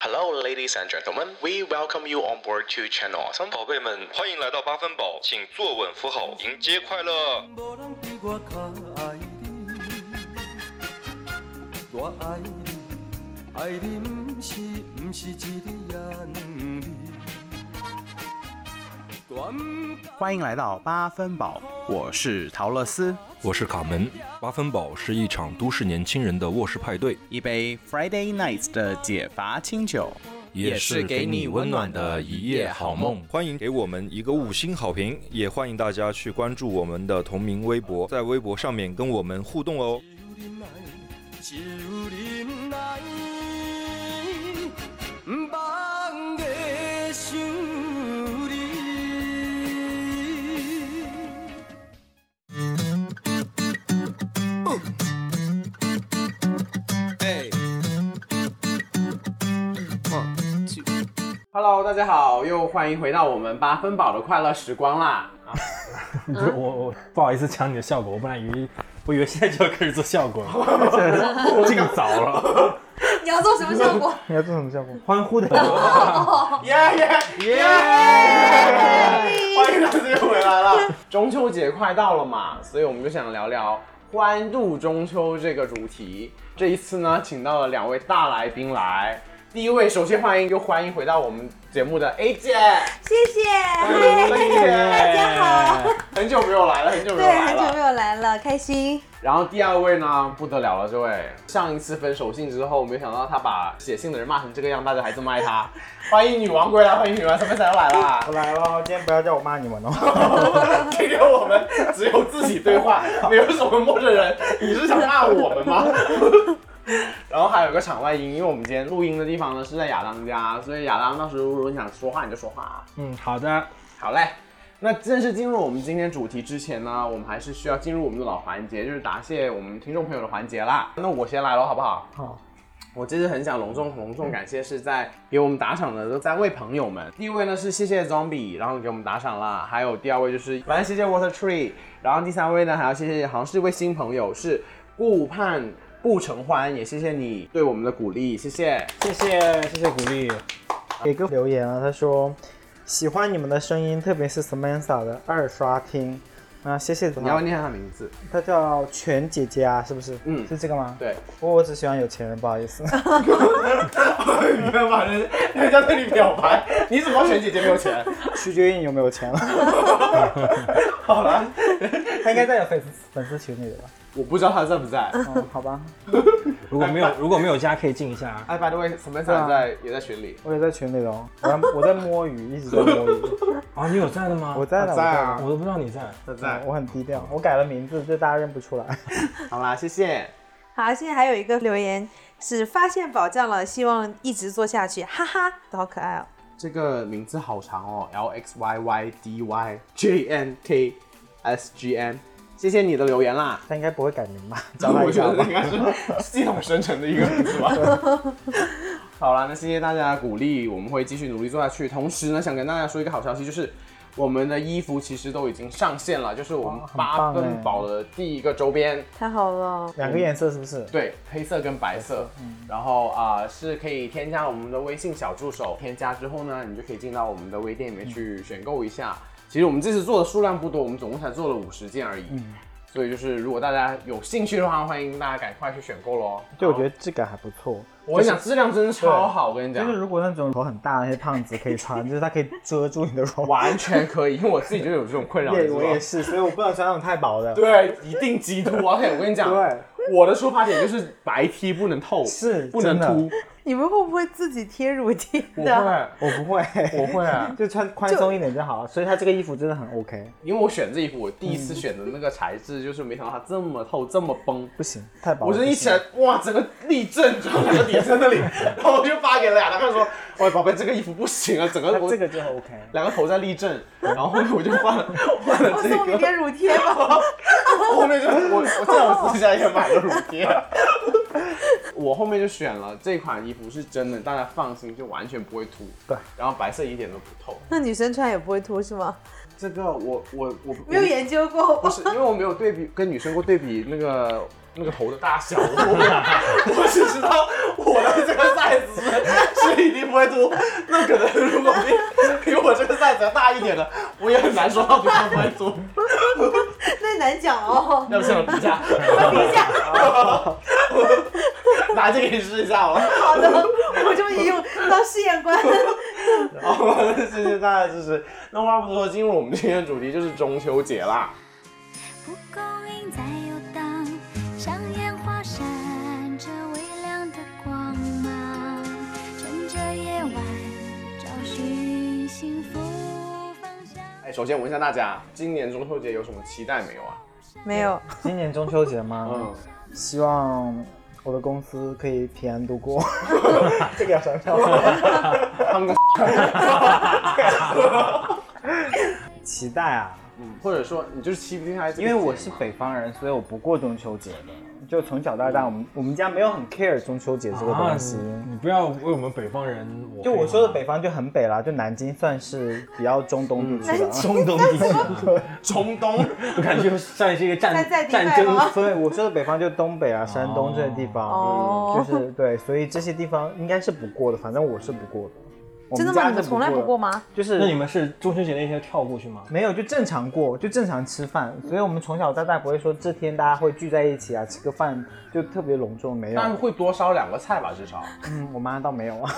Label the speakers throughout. Speaker 1: Hello, ladies and gentlemen. We welcome you on board to Channel Awesome.
Speaker 2: 宝贝们，欢迎来到八分饱，请坐稳扶好，迎接快乐。
Speaker 3: 无人比我较爱你，我爱你，爱你不是不是一日两日。我不敢
Speaker 4: 欢迎来到八分饱，我是陶乐斯，
Speaker 5: 我是卡门。八分饱是一场都市年轻人的卧室派对，
Speaker 4: 一杯 Friday Nights 的解乏清酒。
Speaker 5: 也是给你温暖的一夜好梦。
Speaker 2: 欢迎给我们一个五星好评，也欢迎大家去关注我们的同名微博，在微博上面跟我们互动哦。
Speaker 3: 只有忍耐，只有忍耐，梦的想你。
Speaker 4: Hello，大家好，又欢迎回到我们八分饱的快乐时光啦！啊，
Speaker 6: 我我不好意思抢你的效果，我本来以为我以为现在就要开始做效果了，尽早了。
Speaker 7: 你要做什么效果？
Speaker 6: 你要做什么效果？欢呼的。
Speaker 4: 耶耶耶！欢迎大家又回来了。中秋节快到了嘛，所以我们就想聊聊欢度中秋这个主题。这一次呢，请到了两位大来宾来。第一位，首先欢迎又欢迎回到我们节目的 A 姐。
Speaker 7: 谢谢，
Speaker 4: 欢迎
Speaker 7: 嗨大家 好。，
Speaker 4: 很久没有来了，很久没有
Speaker 7: 对，
Speaker 4: 来
Speaker 7: 很久没
Speaker 4: 了。
Speaker 7: 有来了，开心。
Speaker 4: 然后第二位呢，不得了了，这位上一次分手信之后，没想到他把写信的人骂成这个样，大家还这么爱他。欢迎女王归来，欢迎女王，什么时候来啦
Speaker 6: 我？来了，今天不要叫我骂你们 哦。
Speaker 4: 今天我们只有自己对话，没有什么陌生人。 你是想骂我们吗？ 然后还有个场外音，因为我们今天录音的地方呢是在亚当家，所以亚当到时候如果你想说话你就说话啊。
Speaker 6: 嗯，好的。
Speaker 4: 好嘞，那正式进入我们今天主题之前呢，我们还是需要进入我们的老环节，就是答谢我们听众朋友的环节啦。那我先来喽，好不好？
Speaker 6: 好。
Speaker 4: 我这次很想隆重隆重感谢是在给我们打赏的这三位朋友们，第一位呢是谢谢 Zombie，然后给我们打赏啦，还有第二位就是反正谢谢 Water Tree，然后第三位呢还要谢谢好像是一位新朋友是顾盼顾承欢，也谢谢你对我们的鼓励，谢谢。
Speaker 6: 谢谢谢谢鼓励。
Speaker 8: 有一个留言啊，他说喜欢你们的声音，特别是 Samantha 的二刷听啊，谢谢。
Speaker 4: 你要念一下他名字，
Speaker 8: 他叫全姐姐啊，是不是？
Speaker 4: 嗯
Speaker 8: 是这个吗？
Speaker 4: 对。
Speaker 8: 我我只喜欢有钱人，不好意 思。
Speaker 4: 你不要把人人家对你表白，你怎么选姐姐没有钱？
Speaker 8: 取决于你有没有钱了。
Speaker 4: 好了，
Speaker 8: 他应该在有粉丝粉丝群里的 吧？
Speaker 4: 我不知道他在不在。
Speaker 8: 嗯，好吧，
Speaker 6: 如果没有如果没有加可以进一下啊。
Speaker 4: 哎，by the way，什么在在也在群里，
Speaker 8: 我也在群里的哦。我在我在摸鱼，一直在摸 鱼。嗯
Speaker 6: 啊，你有在的吗？
Speaker 8: 我在的，我
Speaker 4: 在
Speaker 8: 的。
Speaker 4: 啊，
Speaker 6: 我都不知道你在。
Speaker 4: 他
Speaker 8: 嗯
Speaker 4: 在。
Speaker 8: 我很低调，我改了名字，就大家认不出来。
Speaker 4: 好啦，谢谢。
Speaker 7: 好，现在还有一个留言是发现宝藏了，希望一直做下去，哈哈，好可爱哦。
Speaker 4: 这个名字好长哦，L X Y Y D Y J N K S G N，谢谢你的留言啦。
Speaker 8: 他应该不会改名 吧？找他
Speaker 4: 我
Speaker 8: 一
Speaker 4: 觉
Speaker 8: 下
Speaker 4: 得
Speaker 8: 吧
Speaker 4: 应。该是系统生成的一个名字吧。 好啦，那谢谢大家的鼓励，我们会继续努力做下去。同时呢，想跟大家说一个好消息，就是我们的衣服其实都已经上线了，就是我们
Speaker 8: 哇很
Speaker 4: 八
Speaker 8: 棒哎
Speaker 4: 分宝的第一个周边，
Speaker 7: 太好了，
Speaker 8: 两个颜色是不是？
Speaker 4: 对，黑色跟白色。
Speaker 8: 嗯
Speaker 4: 然后啊、是可以添加我们的微信小助手，添加之后呢，你就可以进到我们的微店里面去选购一下。其实我们这次做的数量不多，我们总共才做了五十件而已。
Speaker 8: 嗯
Speaker 4: 所以就是，如果大家有兴趣的话，欢迎大家赶快去选购喽。
Speaker 8: 就我觉得质感还不错。
Speaker 4: 我跟你讲，质量真的超好，我跟你
Speaker 8: 就是
Speaker 4: 讲，
Speaker 8: 如果那种头很大的那些胖子可 以穿，就是它可以遮住你的肉。
Speaker 4: 完全可以，因为我自己就有这种困扰，你
Speaker 8: 对，
Speaker 4: 知道
Speaker 8: 我
Speaker 4: 吗
Speaker 8: 也是，所以我不能穿那种太薄的。
Speaker 4: 对，啊一定极度。而且我跟你讲，
Speaker 8: 对，
Speaker 4: 我的出发点就是白 T 不能透，
Speaker 8: 是
Speaker 4: 不能
Speaker 8: 真的
Speaker 4: 凸，
Speaker 7: 你们会不会自己贴乳贴的？
Speaker 8: 我不会，
Speaker 4: 我会啊
Speaker 8: 就穿宽松一点就好。所以它这个衣服真的很 OK，
Speaker 4: 因为我选这衣服，我第一次选的那个材质，就是没想到它这么透，这么崩。
Speaker 8: 不行，太薄了。
Speaker 4: 我这一
Speaker 8: 不行
Speaker 4: 起来，哇，整个立正，然后两个叠在那里，然后我就发给了雅达，他说：“喂，宝贝，这个衣服不行啊，整个
Speaker 8: 它
Speaker 4: 我
Speaker 8: 这个就 OK。
Speaker 4: 两个头在立正。”然后后面我就换了换了
Speaker 7: 我
Speaker 4: 啊这个，
Speaker 7: 送你点乳贴吧。
Speaker 4: 后面就我我在我私下也买了乳贴，我后面就选了这款衣服，是真的，大家放心，就完全不会秃。
Speaker 8: 对，
Speaker 4: 然后白色一点都不透。
Speaker 7: 那女生穿也不会秃是吗？
Speaker 4: 这个我我我
Speaker 7: 没有研究过
Speaker 4: 不。是，因为我没有对比跟女生过对比那 个 那个头的大小，我我只知道我的这个 size 是一定不会吐。那可能如果比 比我这个 size 大一点的，我也很难说到底会不会 吐。
Speaker 7: 那难讲哦。
Speaker 4: 要不先我比一下，
Speaker 7: 等一下，
Speaker 4: 拿这个你试一下好了。
Speaker 7: 好的，我终于用当试验官。
Speaker 4: 好，谢谢大家的支持。那话不多说，进入我们今天的主题就是中秋节啦。
Speaker 9: 蒲公英在游荡，像烟花闪着微亮的光芒，趁着夜晚找寻幸福方向。
Speaker 4: 哎，首先我问一下大家，今年中秋节有什么期待没有啊？
Speaker 7: 没有，
Speaker 8: 今年中秋节嘛，
Speaker 4: 嗯，
Speaker 8: 希望我的公司可以平安 度过。这个要商票。
Speaker 4: 他们的
Speaker 8: 期待啊，
Speaker 4: 或者说你就是期不定还是
Speaker 8: 因为我是北方人，所以我不过中秋节的。就从小到大，我们我们家没有很 care 中秋节这个
Speaker 6: 啊
Speaker 8: 东西。，
Speaker 6: 你不要为我们北方人，
Speaker 8: 就我说的 北方就很北啦，就南京算是比较中
Speaker 6: 嗯
Speaker 8: 东地区了。
Speaker 6: 中东地区，
Speaker 4: 中东，
Speaker 6: 我感觉算是一个
Speaker 7: 山
Speaker 6: 战
Speaker 7: 寨地带
Speaker 6: 战争
Speaker 7: 吗
Speaker 8: 所以我说的北方就东北啊、
Speaker 6: 哦
Speaker 8: 山东这些地方，
Speaker 7: 哦
Speaker 8: 就是对，所以这些地方应该是不过的，反正我是不过的。我
Speaker 7: 真
Speaker 8: 们
Speaker 7: 的吗？
Speaker 8: 家
Speaker 7: 你们
Speaker 8: 是
Speaker 7: 从来不过
Speaker 8: 的？
Speaker 7: 吗？
Speaker 8: 就是
Speaker 6: 那你们是中秋节那天跳过去吗？
Speaker 8: 没有，就正常过，就正常吃饭。所以我们从小到大不会说这天大家会聚在一起啊，吃个饭就特别隆重，没有。
Speaker 4: 但会多烧两个菜吧，至少。
Speaker 8: 嗯，我妈倒没有啊，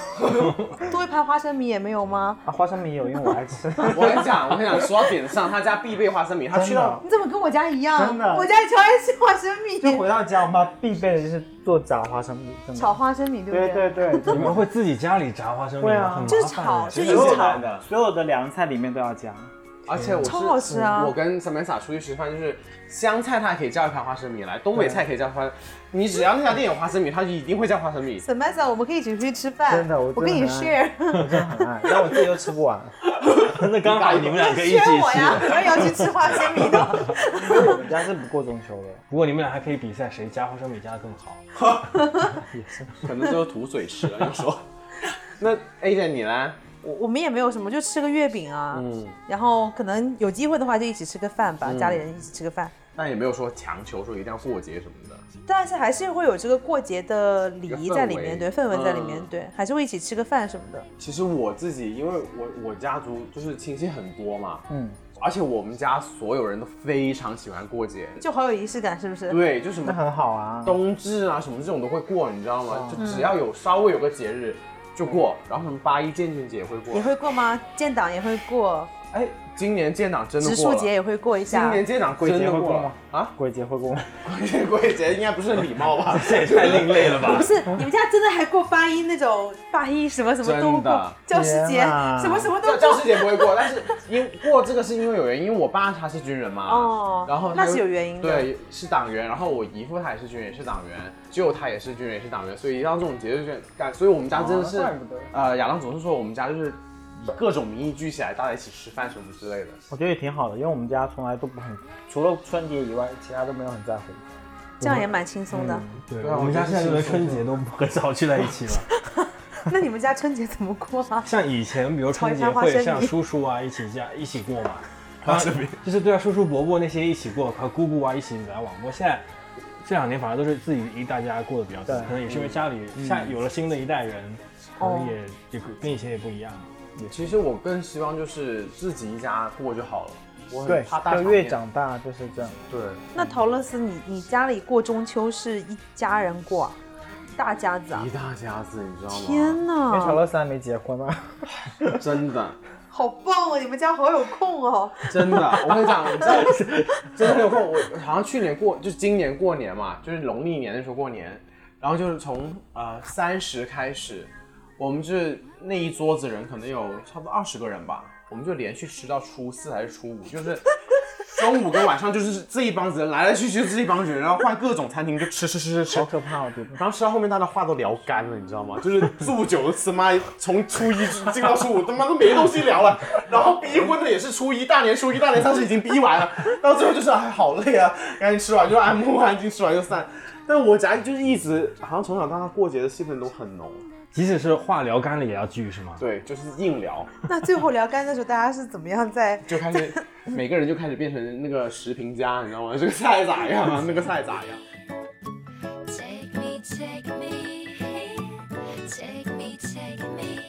Speaker 7: 多一盘花生米也没有吗？
Speaker 8: 啊花生米有，因为我 爱吃。
Speaker 4: 我跟你讲，我跟你讲，说到点上，他家必备花生 米，他去到
Speaker 7: 你怎么跟我家一样？
Speaker 8: 真的
Speaker 7: 我家也超爱吃花生
Speaker 8: 就回
Speaker 7: 米，
Speaker 8: 到家，我妈必备的就是做炸花生米，真的。
Speaker 7: 炒花生米对不
Speaker 8: 对对对，
Speaker 6: 你们会自己家里炸花生米
Speaker 8: 会
Speaker 6: 吗？
Speaker 8: 啊
Speaker 6: 很麻
Speaker 7: 就是
Speaker 6: 烦哎
Speaker 7: 炒，
Speaker 4: 其
Speaker 7: 就一
Speaker 4: 实
Speaker 7: 直
Speaker 4: 我
Speaker 7: 炒
Speaker 4: 懒。得，
Speaker 8: 所有的凉菜里面都要 加。
Speaker 4: 而且我是
Speaker 7: 超好吃啊
Speaker 4: 我跟 Samantha 出去吃饭，就是湘菜它也可以叫一盘花生米来，东北菜可以叫花生，你只要那家店有花生米，它就一定会叫花生 米。
Speaker 7: 沈曼啊莎，我们可以一起出去吃饭。
Speaker 8: 真的我
Speaker 7: 我跟
Speaker 8: 真
Speaker 7: 你
Speaker 8: 的很爱
Speaker 7: share，
Speaker 8: 很爱，哎但我自己都吃不 完。
Speaker 6: 那刚好你们两个一起
Speaker 7: share 我呀，
Speaker 6: 吃。
Speaker 7: 我也要去吃花生米的。
Speaker 8: 我们家是不过中秋的，
Speaker 6: 不过你们俩还可以比赛谁家花生米加的更好。
Speaker 4: 可能就是吐嘴吃了，就说。那 A 姐你呢？
Speaker 7: 我我们也没有什么，就吃个月饼啊，
Speaker 4: 嗯
Speaker 7: 然后可能有机会的话就一起吃个饭吧，家里人一起吃个饭。
Speaker 4: 但也没有说强求说一定要过节什么的。
Speaker 7: 但是还是会有这个过节的礼仪在里面，
Speaker 4: 一个
Speaker 7: 对
Speaker 4: 氛围
Speaker 7: 氛围在里面
Speaker 4: 嗯，
Speaker 7: 对，还是会一起吃个饭什么的。
Speaker 4: 其实我自己，因为我我家族就是亲戚很多嘛，
Speaker 8: 嗯，
Speaker 4: 而且我们家所有人都非常喜欢过节，
Speaker 7: 就好有仪式感，是不是？
Speaker 4: 对，就什么
Speaker 8: 那 很好啊。
Speaker 4: 冬至啊什么这种都会过，你知道吗？就只要有稍微有个节日就过，然后什么八一建军节也会过
Speaker 7: 也，会过吗？建党也会过，
Speaker 4: 哎，今年建党真的
Speaker 7: 植
Speaker 4: 过
Speaker 7: 树
Speaker 4: 了，
Speaker 7: 节也会过一下
Speaker 4: 今。年建党
Speaker 8: 鬼
Speaker 4: 真
Speaker 8: 节
Speaker 4: 的
Speaker 8: 会
Speaker 4: 过
Speaker 8: 过
Speaker 4: 了
Speaker 8: 吗？
Speaker 4: 啊，
Speaker 8: 鬼节会过吗？
Speaker 4: 鬼节应该不是很礼貌吧？
Speaker 6: 这也太另类了吧
Speaker 7: 不！是，你们家真的还过八一那种八一什么什么都
Speaker 4: 真的
Speaker 7: 过，教师节
Speaker 8: 天哪
Speaker 7: 什么什么都
Speaker 4: 教教
Speaker 7: 过
Speaker 4: 师。节不会过，但是因过这个是因为有原因，因为我爸他是军人嘛，
Speaker 7: 哦
Speaker 4: 然后他
Speaker 7: 那
Speaker 4: 又
Speaker 7: 是有原因的
Speaker 4: 对，是党员，然后我姨父他也是军人，也是党员，舅他也是军人，也是党员，所以像这种节日就干，所以我们家真的是，
Speaker 8: 哦怪不得
Speaker 4: 呃，亚当总是说我们家就是以各种名义聚起来，大家一起吃饭什么之类的，
Speaker 8: 我觉得也挺好的，因为我们家从来都不很，除了春节以外，其他都没有很在乎。
Speaker 7: 这样也蛮轻松的。
Speaker 6: 对，
Speaker 4: 对啊
Speaker 6: 我们家现在连春节都很少聚在一起了。
Speaker 7: 那你们家春节怎么过啊？
Speaker 6: 像以前，比如春节
Speaker 7: 炒一盘花生
Speaker 6: 会
Speaker 7: 米
Speaker 6: 像叔叔啊一起家一起过嘛，啊，就是对啊，叔叔伯伯那些一起过，和姑姑啊一起来往过。现在这两年反而都是自己一大家过得比较多，
Speaker 8: 对嗯
Speaker 6: 可能也是因为家里下有了新的一代人，可能也
Speaker 7: 哦
Speaker 6: 也跟以前也不一样。
Speaker 4: 其实我更希望就是自己一家过就好了，我很
Speaker 8: 对
Speaker 4: 怕，大
Speaker 8: 就
Speaker 4: 场
Speaker 8: 越
Speaker 4: 面
Speaker 8: 长大就是这样。
Speaker 4: 对。
Speaker 7: 那陶乐斯，你你家里过中秋是一家人过啊，大家子啊
Speaker 4: 一！大家子，你知道吗？
Speaker 7: 天
Speaker 8: 因为乔
Speaker 7: 哪，
Speaker 8: 乐斯还没结婚嘛，
Speaker 4: 真的，
Speaker 7: 好棒哦！你们家好有空哦。
Speaker 4: 真的，我跟你讲，你知道，真的很有空。我好像去年过，就是今年过年嘛，就是农历年的时候过年，然后就是从呃三十开始，我们就是那一桌子人可能有差不多二十个人吧，我们就连续吃到初四还是初五，就是中午跟晚上就是这一帮子人来来去去就是这一帮子人，然后换各种餐厅就吃吃吃吃吃
Speaker 8: 好，可怕，我觉得。
Speaker 4: 然后吃到后面，他的话都聊干了，你知道 吗？就是住久了，他妈从初一进到初五，他妈都没东西聊 了。然后逼婚的也是初一，大年初一、大年三十已经逼完了，到最后就是哎好累啊，赶紧吃完就按摩，赶紧吃完就散。但我家就是一直好像从小到大过节的气氛都很浓，
Speaker 6: 即使是话聊干了也要聚是吗？
Speaker 4: 对，就是硬 聊，
Speaker 7: 那最后聊干的时候，大家是怎么样在？
Speaker 4: 就开始每个人就开始变成那个食评家，你知道吗？这个菜咋样啊？那个菜咋样？
Speaker 9: Take me, take me, take me, take me.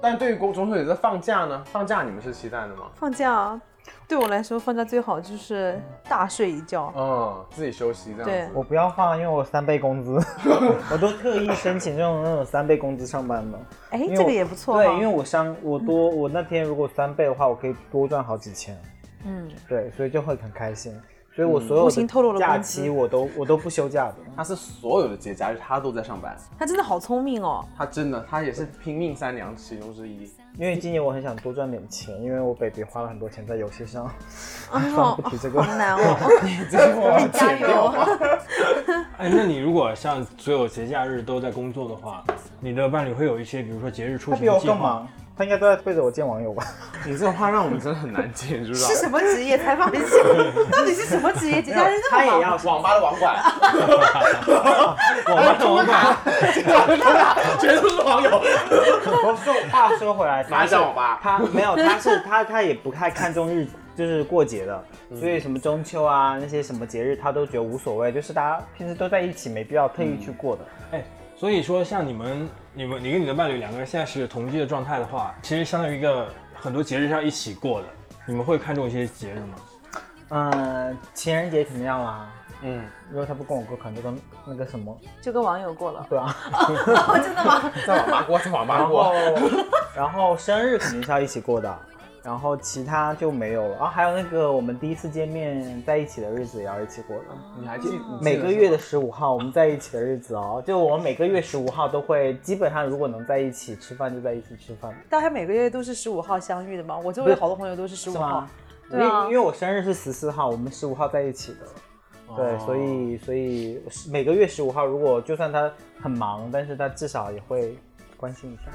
Speaker 4: 但对于国中秋节的放假呢？放假你们是期待的吗？
Speaker 7: 放假对我来说，放假最好就是大睡一觉。
Speaker 4: 嗯，自己休息这样
Speaker 7: 对
Speaker 4: 子。
Speaker 8: 我不要放，因为我三倍工资， 我都特意申请这种那种三倍工资上班的。
Speaker 7: 哎，
Speaker 8: 因为
Speaker 7: 这
Speaker 8: 我
Speaker 7: 个也不错哈。
Speaker 8: 对，因为我上我多我那天如果三倍的话，我可以多赚好几千。
Speaker 7: 嗯，
Speaker 8: 对，所以就会很开心。所以我所
Speaker 7: 无
Speaker 8: 有
Speaker 7: 形透露
Speaker 8: 的
Speaker 7: 了
Speaker 8: 假
Speaker 7: 工资
Speaker 8: 期我都我都不休假的。
Speaker 4: 他是所有的节假日他都在上班，
Speaker 7: 他真的好聪明哦。
Speaker 4: 他真的他也是拼命三娘其中之一。
Speaker 8: 因为今年我很想多赚点钱，因为我 baby 花了很多钱在游戏上。
Speaker 7: 啊，
Speaker 8: 算 不提这个
Speaker 7: 好难哦。哎加油！
Speaker 6: 哎，那你如果像所有节假日都在工作的话，你的伴侣会有一些，比如说节日出
Speaker 8: 他
Speaker 6: 行
Speaker 8: 比
Speaker 6: 的
Speaker 8: 我
Speaker 6: 计划
Speaker 8: 更忙，他应该都在背着我见网友吧？
Speaker 4: 你这种话让我们真的很难接，知不知道
Speaker 7: 是？什么职业？采访一 下，到底是什么职业？节假日那么忙？
Speaker 4: 网吧的网管，
Speaker 6: 我们我们
Speaker 4: 全都是网友。
Speaker 8: 我说话说回来，
Speaker 4: 马
Speaker 8: 他是
Speaker 4: 上网吧，
Speaker 8: 他没有，他是他他也不太看重日就是过节的，所以什么中秋啊那些什么节日他都觉得无所谓，就是大家平时都在一起，没必要特意去过的。
Speaker 6: 哎，所以说像你们、你们、你跟你的伴侣两个人现在是同居的状态的话，其实相当于一个很多节日是要一起过的。你们会看重一些节日吗？
Speaker 8: 嗯，情人节肯定要啦。
Speaker 4: 嗯，
Speaker 8: 如果他不跟我过，可能就跟那个什么，
Speaker 7: 就跟网友过了。
Speaker 8: 对啊。
Speaker 7: 哦，真 的吗？
Speaker 4: 在网吧过，在网吧
Speaker 8: 然
Speaker 4: 过
Speaker 8: 后。，然后生日肯定是要一起过的，然后其他就没有了。然后还有那个我们第一次见面在一起的日子也要一起过的，
Speaker 4: 你还 记
Speaker 8: 每个月的十五号我们在一起的日子哦，就我们每个月十五号都会，基本上如果能在一起吃饭就在一起吃饭，
Speaker 7: 大家每个月都是十五号相遇的吗？我周围好多朋友都是十
Speaker 8: 是
Speaker 7: 五号
Speaker 8: 吗。？因
Speaker 7: 对啊
Speaker 8: 因为我生日是十四号，我们十五号在一起的。
Speaker 7: 哦
Speaker 8: 对，所以所以我是每个月十五号，如果就算他很忙，但是他至少也会关心一下，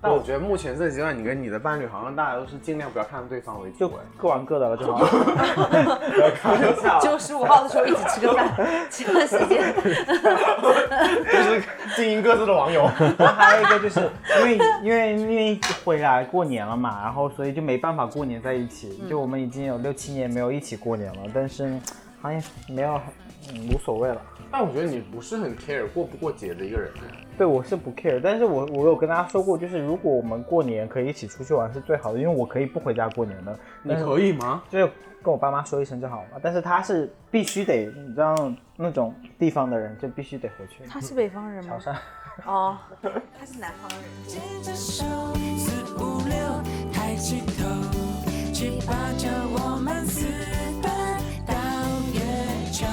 Speaker 4: 但我觉得目前这个阶段，你跟你的伴侣好像大家都是尽量不要看对方为主。
Speaker 8: 就
Speaker 4: 哎
Speaker 8: 各玩各的了就好了。不要开玩笑，
Speaker 7: 就十五号的时候一起吃 个饭，这段时间
Speaker 4: 就是经营各自的网 友。
Speaker 8: 然后还有一个就是因为因为因为回来过年了嘛，然后所以就没办法过年在一起，就我们已经有六七年没有一起过年了，但是嗯好像没有、嗯、无所谓了。
Speaker 4: 但我觉得你不是很 care 过不过节的一个人。
Speaker 8: 对，我是不 care，但是我我有跟大家说过，就是如果我们过年可以一起出去玩是最好的，因为我可以不回家过年的，
Speaker 4: 你可以吗？
Speaker 8: 就是跟我爸妈说一声就好了。但是他是必须得，你知道那种地方的人就必须得回去。
Speaker 7: 他是北方人吗
Speaker 8: 好？像
Speaker 7: 哦，他是南方人。
Speaker 9: 牵着手，四五六，抬起头，七八九，我们私奔到月球，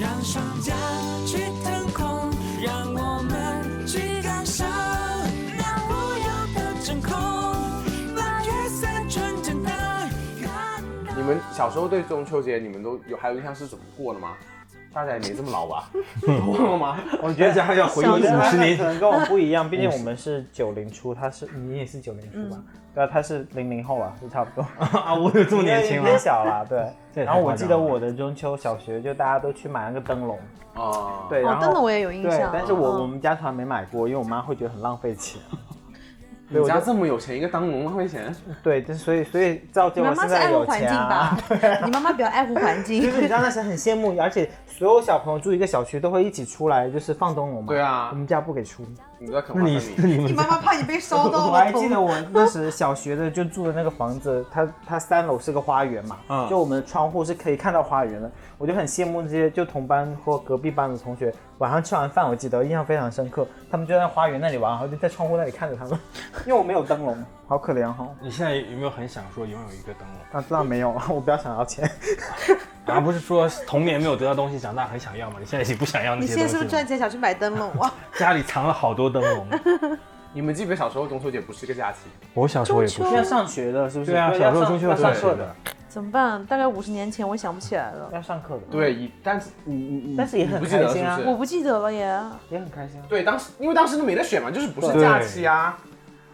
Speaker 9: 让双脚去腾空，让我们去感受那无忧的真空，那月色纯真的感动。
Speaker 4: 你们小时候对中秋节，你们都有还有印象是怎么过的吗？大家也没这么老 吧？忘了吗？
Speaker 6: 我觉得这还要回忆
Speaker 8: 我觉得
Speaker 6: 五
Speaker 8: 他
Speaker 6: 十
Speaker 8: 们
Speaker 6: 年
Speaker 8: 可能跟我不一样，毕竟我们是九零初，他是你也是九零初吧？对啊，他是零零后啊，就差不 多。
Speaker 6: 啊！我有这么年轻吗
Speaker 8: 太？小了，
Speaker 6: 这也太
Speaker 8: 对。然后我
Speaker 6: 夸张
Speaker 8: 记得
Speaker 6: 了
Speaker 8: 我的中秋小学就大家都去买那个灯笼，
Speaker 4: 啊，
Speaker 8: 对，
Speaker 7: 哦
Speaker 8: 然，后
Speaker 7: 灯笼我也有印
Speaker 8: 对
Speaker 7: 象，。
Speaker 8: 但是我我
Speaker 7: 嗯
Speaker 8: 们家从来没买过，因为我妈会觉得很浪费 钱。对，
Speaker 4: 你
Speaker 8: 我
Speaker 4: 家
Speaker 8: 就
Speaker 4: 这么有钱，一个当农浪费钱，
Speaker 8: 对，就所以所以造
Speaker 7: 你
Speaker 8: 就
Speaker 7: 妈
Speaker 8: 我
Speaker 7: 妈
Speaker 8: 现
Speaker 7: 是爱
Speaker 8: 在
Speaker 7: 护
Speaker 8: 有
Speaker 7: 环
Speaker 8: 钱
Speaker 7: 境吧
Speaker 8: 啊。？
Speaker 7: 你妈妈比较爱护环境
Speaker 8: 就。是你知道那时候很羡慕，而且所有小朋友住一个小区都会一起出来，就是放灯笼嘛。
Speaker 4: 对啊
Speaker 8: 我们家不给出。
Speaker 4: 你在可
Speaker 6: 那
Speaker 4: 怕
Speaker 6: 你那
Speaker 4: 你。
Speaker 6: 你
Speaker 7: 你
Speaker 6: 们
Speaker 7: 妈妈怕你被烧到
Speaker 8: 哦我
Speaker 7: 了
Speaker 8: 还记得我那时小学的就住的那个房子，它它三楼是个花园嘛，
Speaker 6: 嗯
Speaker 8: 就我们的窗户是可以看到花园的，我就很羡慕这些就同班或隔壁班的同学，晚上吃完饭我记得印象非常深刻，他们就在花园那里玩，然后就在窗户那里看着他们， 因为我没有灯笼， 好可怜哈、
Speaker 6: 你现在有没有很想说拥有一个灯笼？
Speaker 8: 那知道没有，我不要想要钱，
Speaker 6: 而、不是说童年没有得到东西，长大很想要嘛？你现在已经不想要那
Speaker 7: 你
Speaker 6: 些东
Speaker 7: 现
Speaker 6: 西
Speaker 7: 在是
Speaker 6: 了
Speaker 7: 不 是。赚钱想去买灯笼啊？
Speaker 6: 家里藏了好多灯笼。
Speaker 4: 你们记不记得小时候中秋节不是一个假期？
Speaker 6: 我小时候也不
Speaker 7: 中
Speaker 6: 是
Speaker 7: 秋。
Speaker 8: 要上学的，是不是？
Speaker 6: 对啊，小时候中秋
Speaker 8: 要
Speaker 6: 的时候也
Speaker 8: 上要上
Speaker 6: 是
Speaker 8: 课的
Speaker 6: 的，，
Speaker 7: 怎么办？大概五十年前，我想不起来了，
Speaker 8: 要上课的，，
Speaker 4: 对，一但是你你你，
Speaker 8: 但是也
Speaker 4: 你
Speaker 8: 很
Speaker 4: 不记得
Speaker 8: 开心啊
Speaker 4: 是不
Speaker 7: 我
Speaker 4: 是？
Speaker 7: 不记得了耶。
Speaker 8: 也很开心啊。
Speaker 4: 对，当时因为当时都没得选嘛，就是不是假期啊。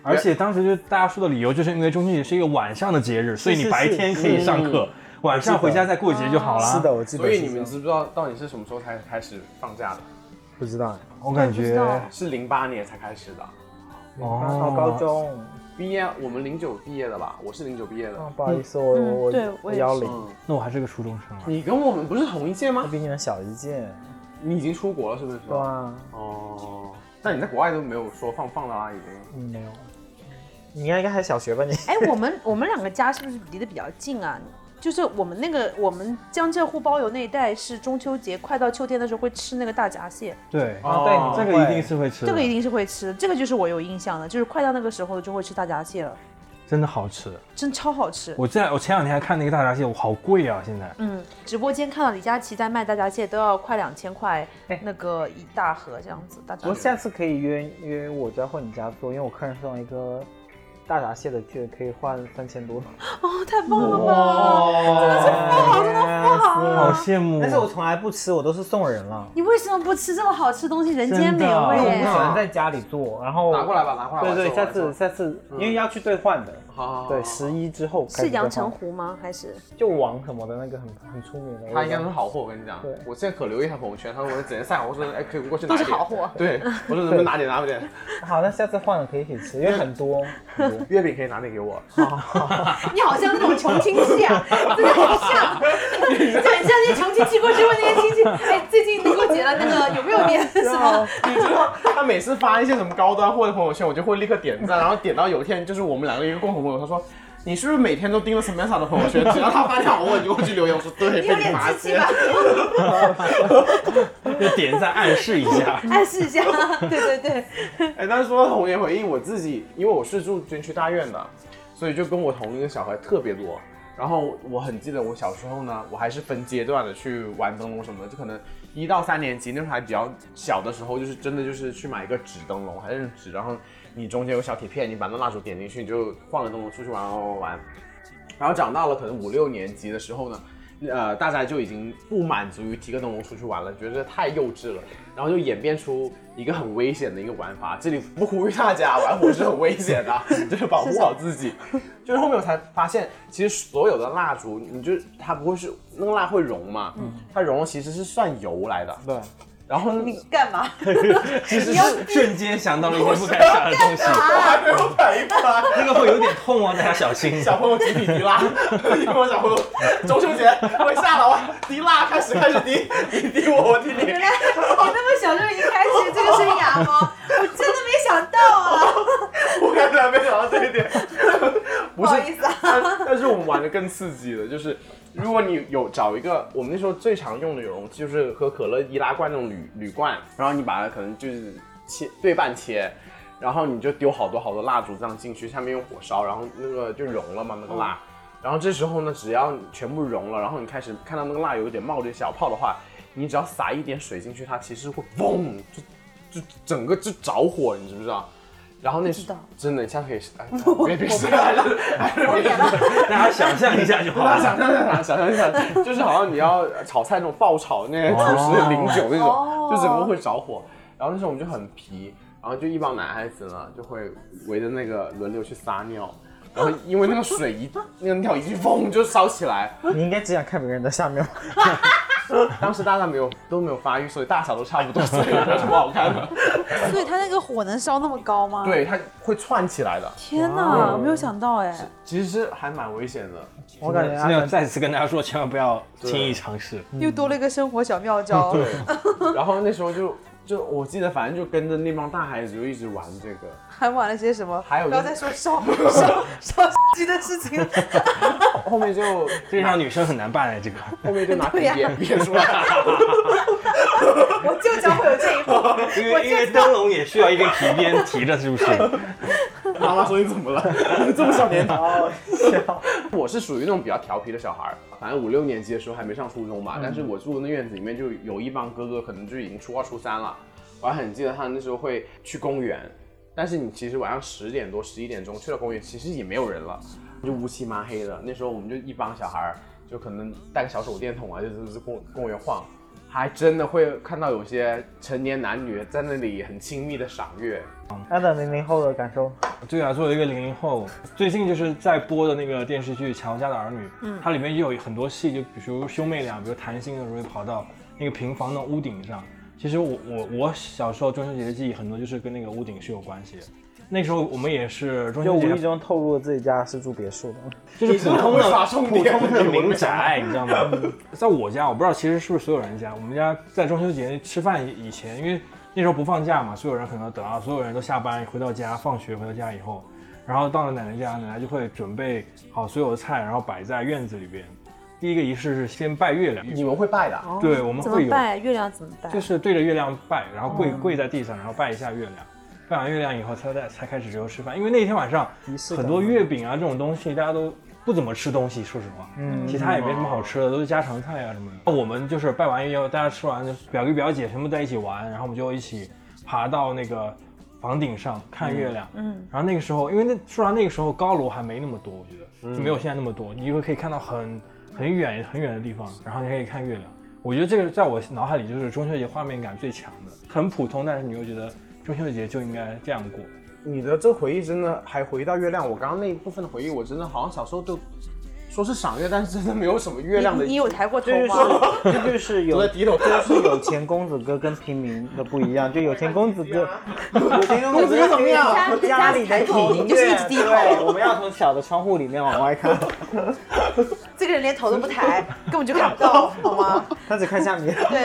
Speaker 6: 而且当时就大家说的理由，就是因为中秋节是一个晚上的节日，所以你白天可以上课，晚上回家再过节就好啦。
Speaker 8: 啊是的，，我记得
Speaker 4: 所
Speaker 8: 是这
Speaker 4: 以
Speaker 8: 样。
Speaker 4: 你们知不知道到底是什么时候才开始放假的？
Speaker 8: 不知道哎？
Speaker 6: 我感
Speaker 7: 不知
Speaker 6: 觉
Speaker 7: 道
Speaker 4: 是零八年才开始的，
Speaker 8: 哦，高中。
Speaker 4: 毕业我们零九毕业的吧，我是零九毕业
Speaker 8: 啊
Speaker 4: 的。，
Speaker 8: 不好意思，我
Speaker 7: 嗯
Speaker 8: 我
Speaker 7: 对我也
Speaker 8: 幺
Speaker 7: 是
Speaker 8: 零，
Speaker 4: 嗯，
Speaker 6: 那我还是个初中生
Speaker 8: 嗯
Speaker 6: 啊。
Speaker 4: 你跟我们不是同一届
Speaker 8: 我
Speaker 4: 吗？
Speaker 8: 比你们小一届。
Speaker 4: 你已经出国了是不是？
Speaker 8: 对啊，
Speaker 4: 哦，那你在国外都没有说放放的啦，已经。
Speaker 8: 嗯没有。你应该还小学吧你？
Speaker 7: 哎，我们我们两个家是不是离得比较近啊？就是我们那个我们江浙沪包邮那一带，是中秋节快到秋天的时候会吃那个大闸蟹，
Speaker 6: 对，
Speaker 8: 啊，对，你
Speaker 6: 这个一定是会吃的，
Speaker 7: 这个一定是会吃，这个就是我有印象的，就是快到那个时候就会吃大闸蟹了，
Speaker 6: 真的好吃。
Speaker 7: 真超好吃。
Speaker 6: 我在我前两天还看那个大闸蟹，我好贵啊！现在
Speaker 7: 嗯，直播间看到李佳琦在卖大闸蟹，都要快两千块
Speaker 8: 哎，
Speaker 7: 那个一大盒这样子。大闸
Speaker 8: 我
Speaker 7: 蟹
Speaker 8: 下次可以约约我家或你家做，因为我客人送了一个大闸蟹的券，可以换三 千多。
Speaker 7: 哦，太棒了吧！
Speaker 4: 哦
Speaker 8: 好，真的好。
Speaker 7: 啊
Speaker 6: 好羡慕。
Speaker 8: 但是我从来不吃，我都是送人了。
Speaker 7: 你为什么不吃这么好吃的东西？人间
Speaker 6: 真
Speaker 7: 美
Speaker 6: 的
Speaker 8: 因啊为我
Speaker 7: 味
Speaker 8: 不喜。欢在家里做，然后
Speaker 4: 拿过来吧，拿过来吧。
Speaker 8: 哦对对，
Speaker 4: 走吧嗯哦
Speaker 8: 下次
Speaker 4: 走
Speaker 8: 下次，因为要去兑换的。
Speaker 4: 好好好，
Speaker 8: 对，
Speaker 4: 好
Speaker 8: 十一之后开始
Speaker 7: 是阳澄
Speaker 8: 兑换
Speaker 7: 湖吗？还是
Speaker 8: 就王什么的那个很很出名的，
Speaker 4: 他应该是好货，我跟你讲
Speaker 8: 对。
Speaker 4: 我现在可留意他朋友圈，他说我整天晒好，我说哎，可以过去拿
Speaker 7: 都
Speaker 4: 一
Speaker 7: 是
Speaker 4: 点。
Speaker 7: 好货
Speaker 4: 对，我说能不能拿点拿点？
Speaker 8: 好，那下次换了可以一起吃，因为 很多。很多
Speaker 4: 月饼可以拿点给我。
Speaker 7: 你好像那种穷亲 戚啊，真的很像， 就很像那些穷亲戚过去问那些亲戚，哎，最近过节了，那个有没有点什么？
Speaker 4: 你知道他每次发一些什么高端货的朋友圈，我就会立刻点赞，然后点到有一天就是我们两个一个共同朋友，他说。你是不是每天都盯着 Samantha 的朋友圈？只要他发条我问，你就会去留言。我说对，
Speaker 7: 你
Speaker 4: 被
Speaker 7: 有
Speaker 4: 你
Speaker 7: 点
Speaker 4: 发
Speaker 7: 自信
Speaker 4: 现
Speaker 7: 吧。？，
Speaker 6: 就点赞暗示一下
Speaker 7: 暗哎示一下，对对对，
Speaker 4: 哎，但是说到童年回忆，我自己因为我是住军区大院的，所以就跟我同龄的小孩特别多。然后我很记得我小时候呢，我还是分阶段的去玩灯笼什么的，就可能一到三年级那时候还比较小的时候，就是真的就是去买一个纸灯笼，还是纸，然后你中间有小铁片，你把那蜡烛点进去，你就晃着灯笼出去玩玩玩玩玩。然后长到了可能五六年级的时候呢，呃，大家就已经不满足于提个灯笼出去玩了，觉得太幼稚了，然后就演变出一个很危险的一个玩法。这里不呼吁大家玩火是很危险的， 就是保护好自己。就是后面我才发现，其实所有的蜡烛，你就它不会是那个蜡会融嘛，它融了其实是算油来的。
Speaker 8: 对，
Speaker 4: 然后
Speaker 7: 你干嘛？
Speaker 6: 就是瞬间想到了一些不该想的东西，
Speaker 4: 我
Speaker 7: 啊
Speaker 4: 还没有反应过来。
Speaker 6: 这个会有点痛哦，大家小心。
Speaker 4: 小朋友集体滴蜡， 你跟我小朋友，中秋节回下了，哇，滴蜡开始开始滴，你滴我，我滴你
Speaker 7: 原。来你那么小就已经开始这个生涯吗？我真的没想到啊！
Speaker 4: 我刚才没想到这一点，不
Speaker 7: 不好
Speaker 4: 是
Speaker 7: 意思啊
Speaker 4: 但但是我们玩的更刺激的，就是如果你有找一个，我们那时候最常用的有容器就是喝可乐易拉罐那种铝铝罐，然后你把它可能就是切对半切。然后你就丢好多好多蜡烛这样进去，下面用火烧，然后那个就融了嘛，那个蜡。然后这时候呢，只要你全部融了，然后你开始看到那个蜡有一点冒着小泡的话，你只要撒一点水进去，它其实会嘣，就就整个就着火，你知不知道？然后那
Speaker 7: 知道
Speaker 4: 真的，你下次可以试，哎，别别试，还是还是别试。
Speaker 6: 大家想象一下就好
Speaker 4: 大家
Speaker 6: 了。
Speaker 4: 想象一下，想象一下，就是好像你要炒菜那种爆炒，那个厨师零九那
Speaker 7: 哦
Speaker 4: 种，就整个会着火。然后那时候我们就很皮，然后就一帮男孩子呢，就会围着那个轮流去撒尿。然后因为那个水一那个尿一进风就烧起来，
Speaker 8: 你应该只想看别人的下面。
Speaker 4: 当时大家没有都没有发育，所以大小都差不多，所以没有什么好看的。
Speaker 7: 所以他那个火能烧那么高吗？，
Speaker 4: 对，它会串起来的，
Speaker 7: 天哪，没有想到哎！
Speaker 4: 其实还蛮危险的。
Speaker 8: 我感觉啊
Speaker 6: 真的
Speaker 8: 阿
Speaker 6: 再次跟大家说，千万不要轻易尝试。
Speaker 7: 又多了一个生活小妙招。
Speaker 4: 嗯对，然后那时候就就我记得，反正就跟着那帮大孩子就一直玩这个。
Speaker 7: 还玩了些什么？
Speaker 4: 还有
Speaker 7: 不要
Speaker 4: 就
Speaker 7: 再
Speaker 4: 是
Speaker 7: 说烧 烧烧鸡的事情了。
Speaker 4: 后面就
Speaker 6: 这个让女生很难办哎， 这个
Speaker 4: 后面就拿
Speaker 7: 对呀
Speaker 4: 藤鞭鞭出来。
Speaker 7: 我就将会有这一步。
Speaker 6: 因为因为灯笼也需要一根皮鞭提着，是不是？
Speaker 4: 妈妈说你怎么了？ 这么小年 纪？ 我是属于那种比较调皮的小孩儿，反正五六年级的时候还没上初中嘛，但是我住的那院子里面就有一帮哥哥，可能就已经初二初三了。我还很记得他们那时候会去公园，但是你其实晚上十点多十一点钟去了公园，其实也没有人了，就乌漆麻黑的。那时候我们就一帮小孩儿，就可能带个小手电筒啊，就是公公园晃。还真的会看到有些成年男女在那里很亲密的赏月，
Speaker 8: 阿等零零后的感受，
Speaker 6: 对啊，作为一个零零后，最近就是在播的那个电视剧《乔家的儿女》，嗯，它里面也有很多戏，就比如兄妹俩，比如谈心的时候会跑到那个平房的屋顶上。其实我我我小时候中秋节的记忆很多就是跟那个屋顶是有关系的。那时候我们也是中
Speaker 8: 就
Speaker 6: 秋
Speaker 8: 无
Speaker 6: 节
Speaker 8: 意中透露了自己家是住别 墅的。
Speaker 6: 就是普通
Speaker 4: 你是不是
Speaker 6: 的
Speaker 4: 耍重
Speaker 6: 普
Speaker 4: 点
Speaker 6: 通的民宅，你知道吗？ 在我家，我不知道其实是不是所有人家，我们家在中秋节吃饭以前，因为那时候不放假嘛，所有人可能等到所有人都下班回到家，放学回到家以后，然后到了奶奶家，奶奶就会准备好所有的菜，然后摆在院子里边。第一个仪式是先拜月亮，
Speaker 4: 你们会拜的啊，
Speaker 7: 哦
Speaker 6: 对我们
Speaker 7: 怎
Speaker 6: 会
Speaker 7: 么
Speaker 6: 有
Speaker 7: 拜月亮？怎么拜？
Speaker 6: 就是对着嗯月亮拜，然后跪跪在地上，然后拜一下月亮。拜完月亮以后，才才才开始之后吃饭，因为那天晚上
Speaker 8: 仪式感
Speaker 6: 很多月饼啊这种东西，大家都不怎么吃东西，说实话，嗯，其他也没什么好吃的，都是家常菜啊什么的。我们就是拜完以后，大家吃完，表哥表姐全部在一起玩，然后我们就一起爬到那个房顶上看月亮，嗯，然后那个时候，因为那说实话那个时候高楼还没那么多，我觉得就没有现在那么多，你会可以看到很很远很远的地方，然后你可以看月亮。我觉得这个在我脑海里就是中秋节画面感最强的，很普通，但是你又觉得中秋节就应该这样过。
Speaker 4: 你的这回忆真的还回到月亮，我刚刚那一部分的回忆，我真的好像小时候都说是赏月，但是真的没有什么月亮的。
Speaker 7: 你你有 抬过头
Speaker 8: 这就
Speaker 7: 吗？
Speaker 8: 是 这就是有
Speaker 4: 我在低头
Speaker 8: 这就是 有钱公子哥跟平民的不一样，就有钱公子哥，有钱啊公子哥怎么
Speaker 7: 家
Speaker 8: 家里的庭
Speaker 7: 你就是一直
Speaker 8: 院，
Speaker 7: 低头
Speaker 8: 对，我们要从小的窗户里面往外看，
Speaker 7: 这个人连头都不 抬，根本就看不 到，好吗？
Speaker 8: 他只看下面。
Speaker 7: 对，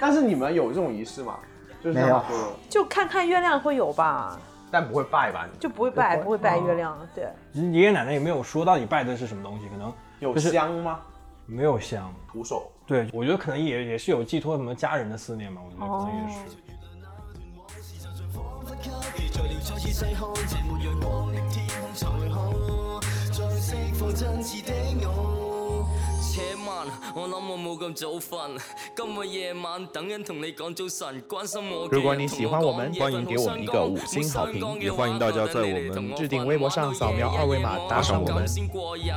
Speaker 4: 但是你们有这种仪式吗？就是像
Speaker 8: 没有
Speaker 4: 他说的，
Speaker 7: 就看看月亮会有吧，
Speaker 4: 但不会拜吧？
Speaker 7: 就不会拜，不会拜月亮。对，
Speaker 6: 爷爷奶奶也没有说到底拜的是什么东西，可能
Speaker 4: 有
Speaker 6: 就是
Speaker 4: 香吗？
Speaker 6: 没有香。
Speaker 4: 徒手。
Speaker 6: 对，我觉得可能也也是有寄托什么家人的思念吧，我觉得可能也是。
Speaker 4: 哦
Speaker 10: 且慢，我諗我冇咁早瞓，今個夜晚等緊同你講早晨，關心我嘅人
Speaker 1: 如果你喜欢我们，欢迎给我们一个五星好评，也欢迎大家在我们置顶微博上扫描二维码打赏我们。
Speaker 10: 先過癮，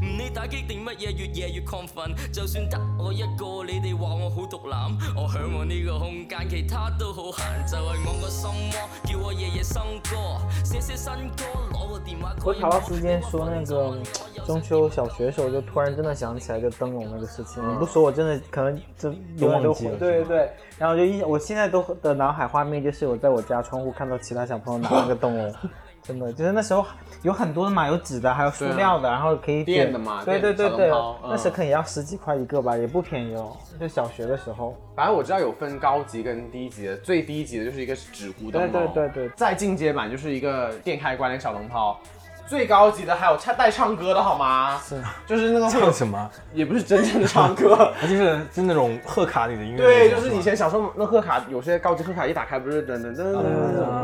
Speaker 10: 唔理打機定乜嘢，越夜越亢奮。就算得我一個，你哋話我好獨攬，我向我呢個空間，其他都好閒，就係我個心魔，叫我夜夜笙歌，寫寫新歌，攞個電話 call
Speaker 8: 我查到之前说那个中秋小学的时候，就突然真的想起来就灯笼那个事情。
Speaker 4: 嗯
Speaker 8: 你不说，我真的可能就永远都
Speaker 6: 忘记
Speaker 8: 回
Speaker 6: 了。
Speaker 8: 对对对，然后就一，我现在都的脑海画面就是我在我家窗户看到其他小朋友拿那个 灯笼。真的，就是那时候有很多的嘛，有纸的，还有塑料的，然后可以
Speaker 4: 啊电
Speaker 8: 点
Speaker 4: 的嘛
Speaker 8: 对对
Speaker 4: 电
Speaker 8: 对
Speaker 4: 小
Speaker 8: 对
Speaker 4: 灯泡，嗯
Speaker 8: 那时候可能也要十几块一个吧，也不便宜哦。就小学的时候，
Speaker 4: 反正我知道有分高级跟低级的，最低级的就是一个是纸糊灯笼，
Speaker 8: 对对对对
Speaker 4: 再进阶版就是一个电开关的小灯泡，最高级的还有带唱歌的好吗？是，就是那个会有
Speaker 6: 唱什么？
Speaker 4: 也不是真正的唱歌，
Speaker 6: 它就是就那种贺卡里的音乐。
Speaker 4: 对，就是以前小时候那贺卡，有些高级贺卡一打开不是噔噔噔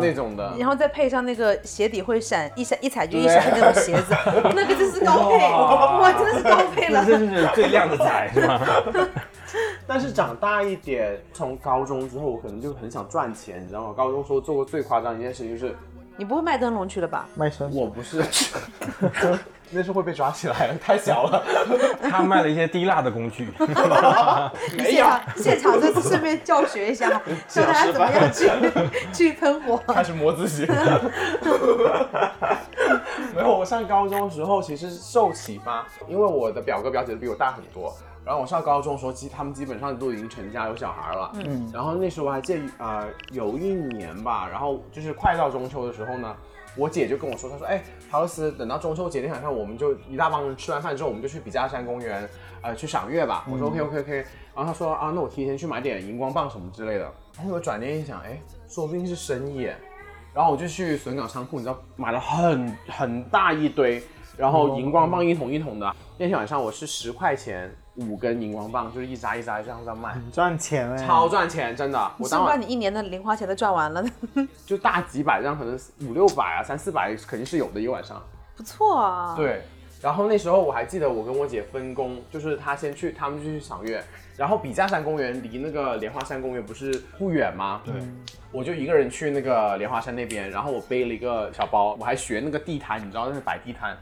Speaker 4: 那种的，
Speaker 7: 然后再配上那个鞋底会闪一闪一踩就一闪的那种鞋子，那个真是高配，
Speaker 6: 哇
Speaker 7: 哇，真的是高 配
Speaker 6: 那这
Speaker 7: 了。
Speaker 6: 是最靓的仔是吧？
Speaker 4: 但是长大一点，从高中之后，我可能就很想赚钱，你知道吗？高中时候做过最夸张的一件事情就是，
Speaker 7: 你不会卖灯笼去了吧？
Speaker 8: 卖身
Speaker 4: 我不是， 那是会被抓起来的，太小 了，
Speaker 6: 他卖了一些低蜡的工具，
Speaker 4: 没
Speaker 7: 现
Speaker 4: 有。
Speaker 7: 场现场再顺便教学一下，教大家怎么样去去 喷火。
Speaker 4: 开始磨自己。没有，我上高中的时候其实受启发，因为我的表哥表姐比我大很多。然后我上高中的时候，基他们基本上都已经成家有小孩了。嗯。然后那时候我还记得，呃，有一年吧，然后就是快到中秋的时候呢，我姐就跟我说，她说，哎，陶乐斯，等到中秋节那晚上，我们就一大帮人吃完饭之后，我们就去笔架山公园，呃，去赏月吧。我说 OK OK OK。然后她说啊，那我提前去买点荧光棒什么之类的。然后我转念一想，哎，说不定是深夜。然后我就去笋港仓库，你知道买了很很大一堆，然后荧光棒一桶一桶的。那天晚上我是十块钱五根荧光棒，就是一扎一扎这样在卖，
Speaker 8: 赚钱哎，
Speaker 4: 超赚钱，真的。我
Speaker 7: 是
Speaker 4: 当
Speaker 7: 不把
Speaker 4: 晚
Speaker 7: 你一年的零花钱都赚完了，
Speaker 4: 就大几百，这样可能五六百啊，三四百肯定是有的，一晚上。
Speaker 7: 不错啊。，
Speaker 4: 对。然后那时候我还记得我跟我姐分工，就是她先去，他们就去赏月。然后笔架山公园离那个莲花山公园不是不远吗？对。我就一个人去那个莲花山那边，然后我背了一个小包，我还学那个地摊，你知道那是摆地摊。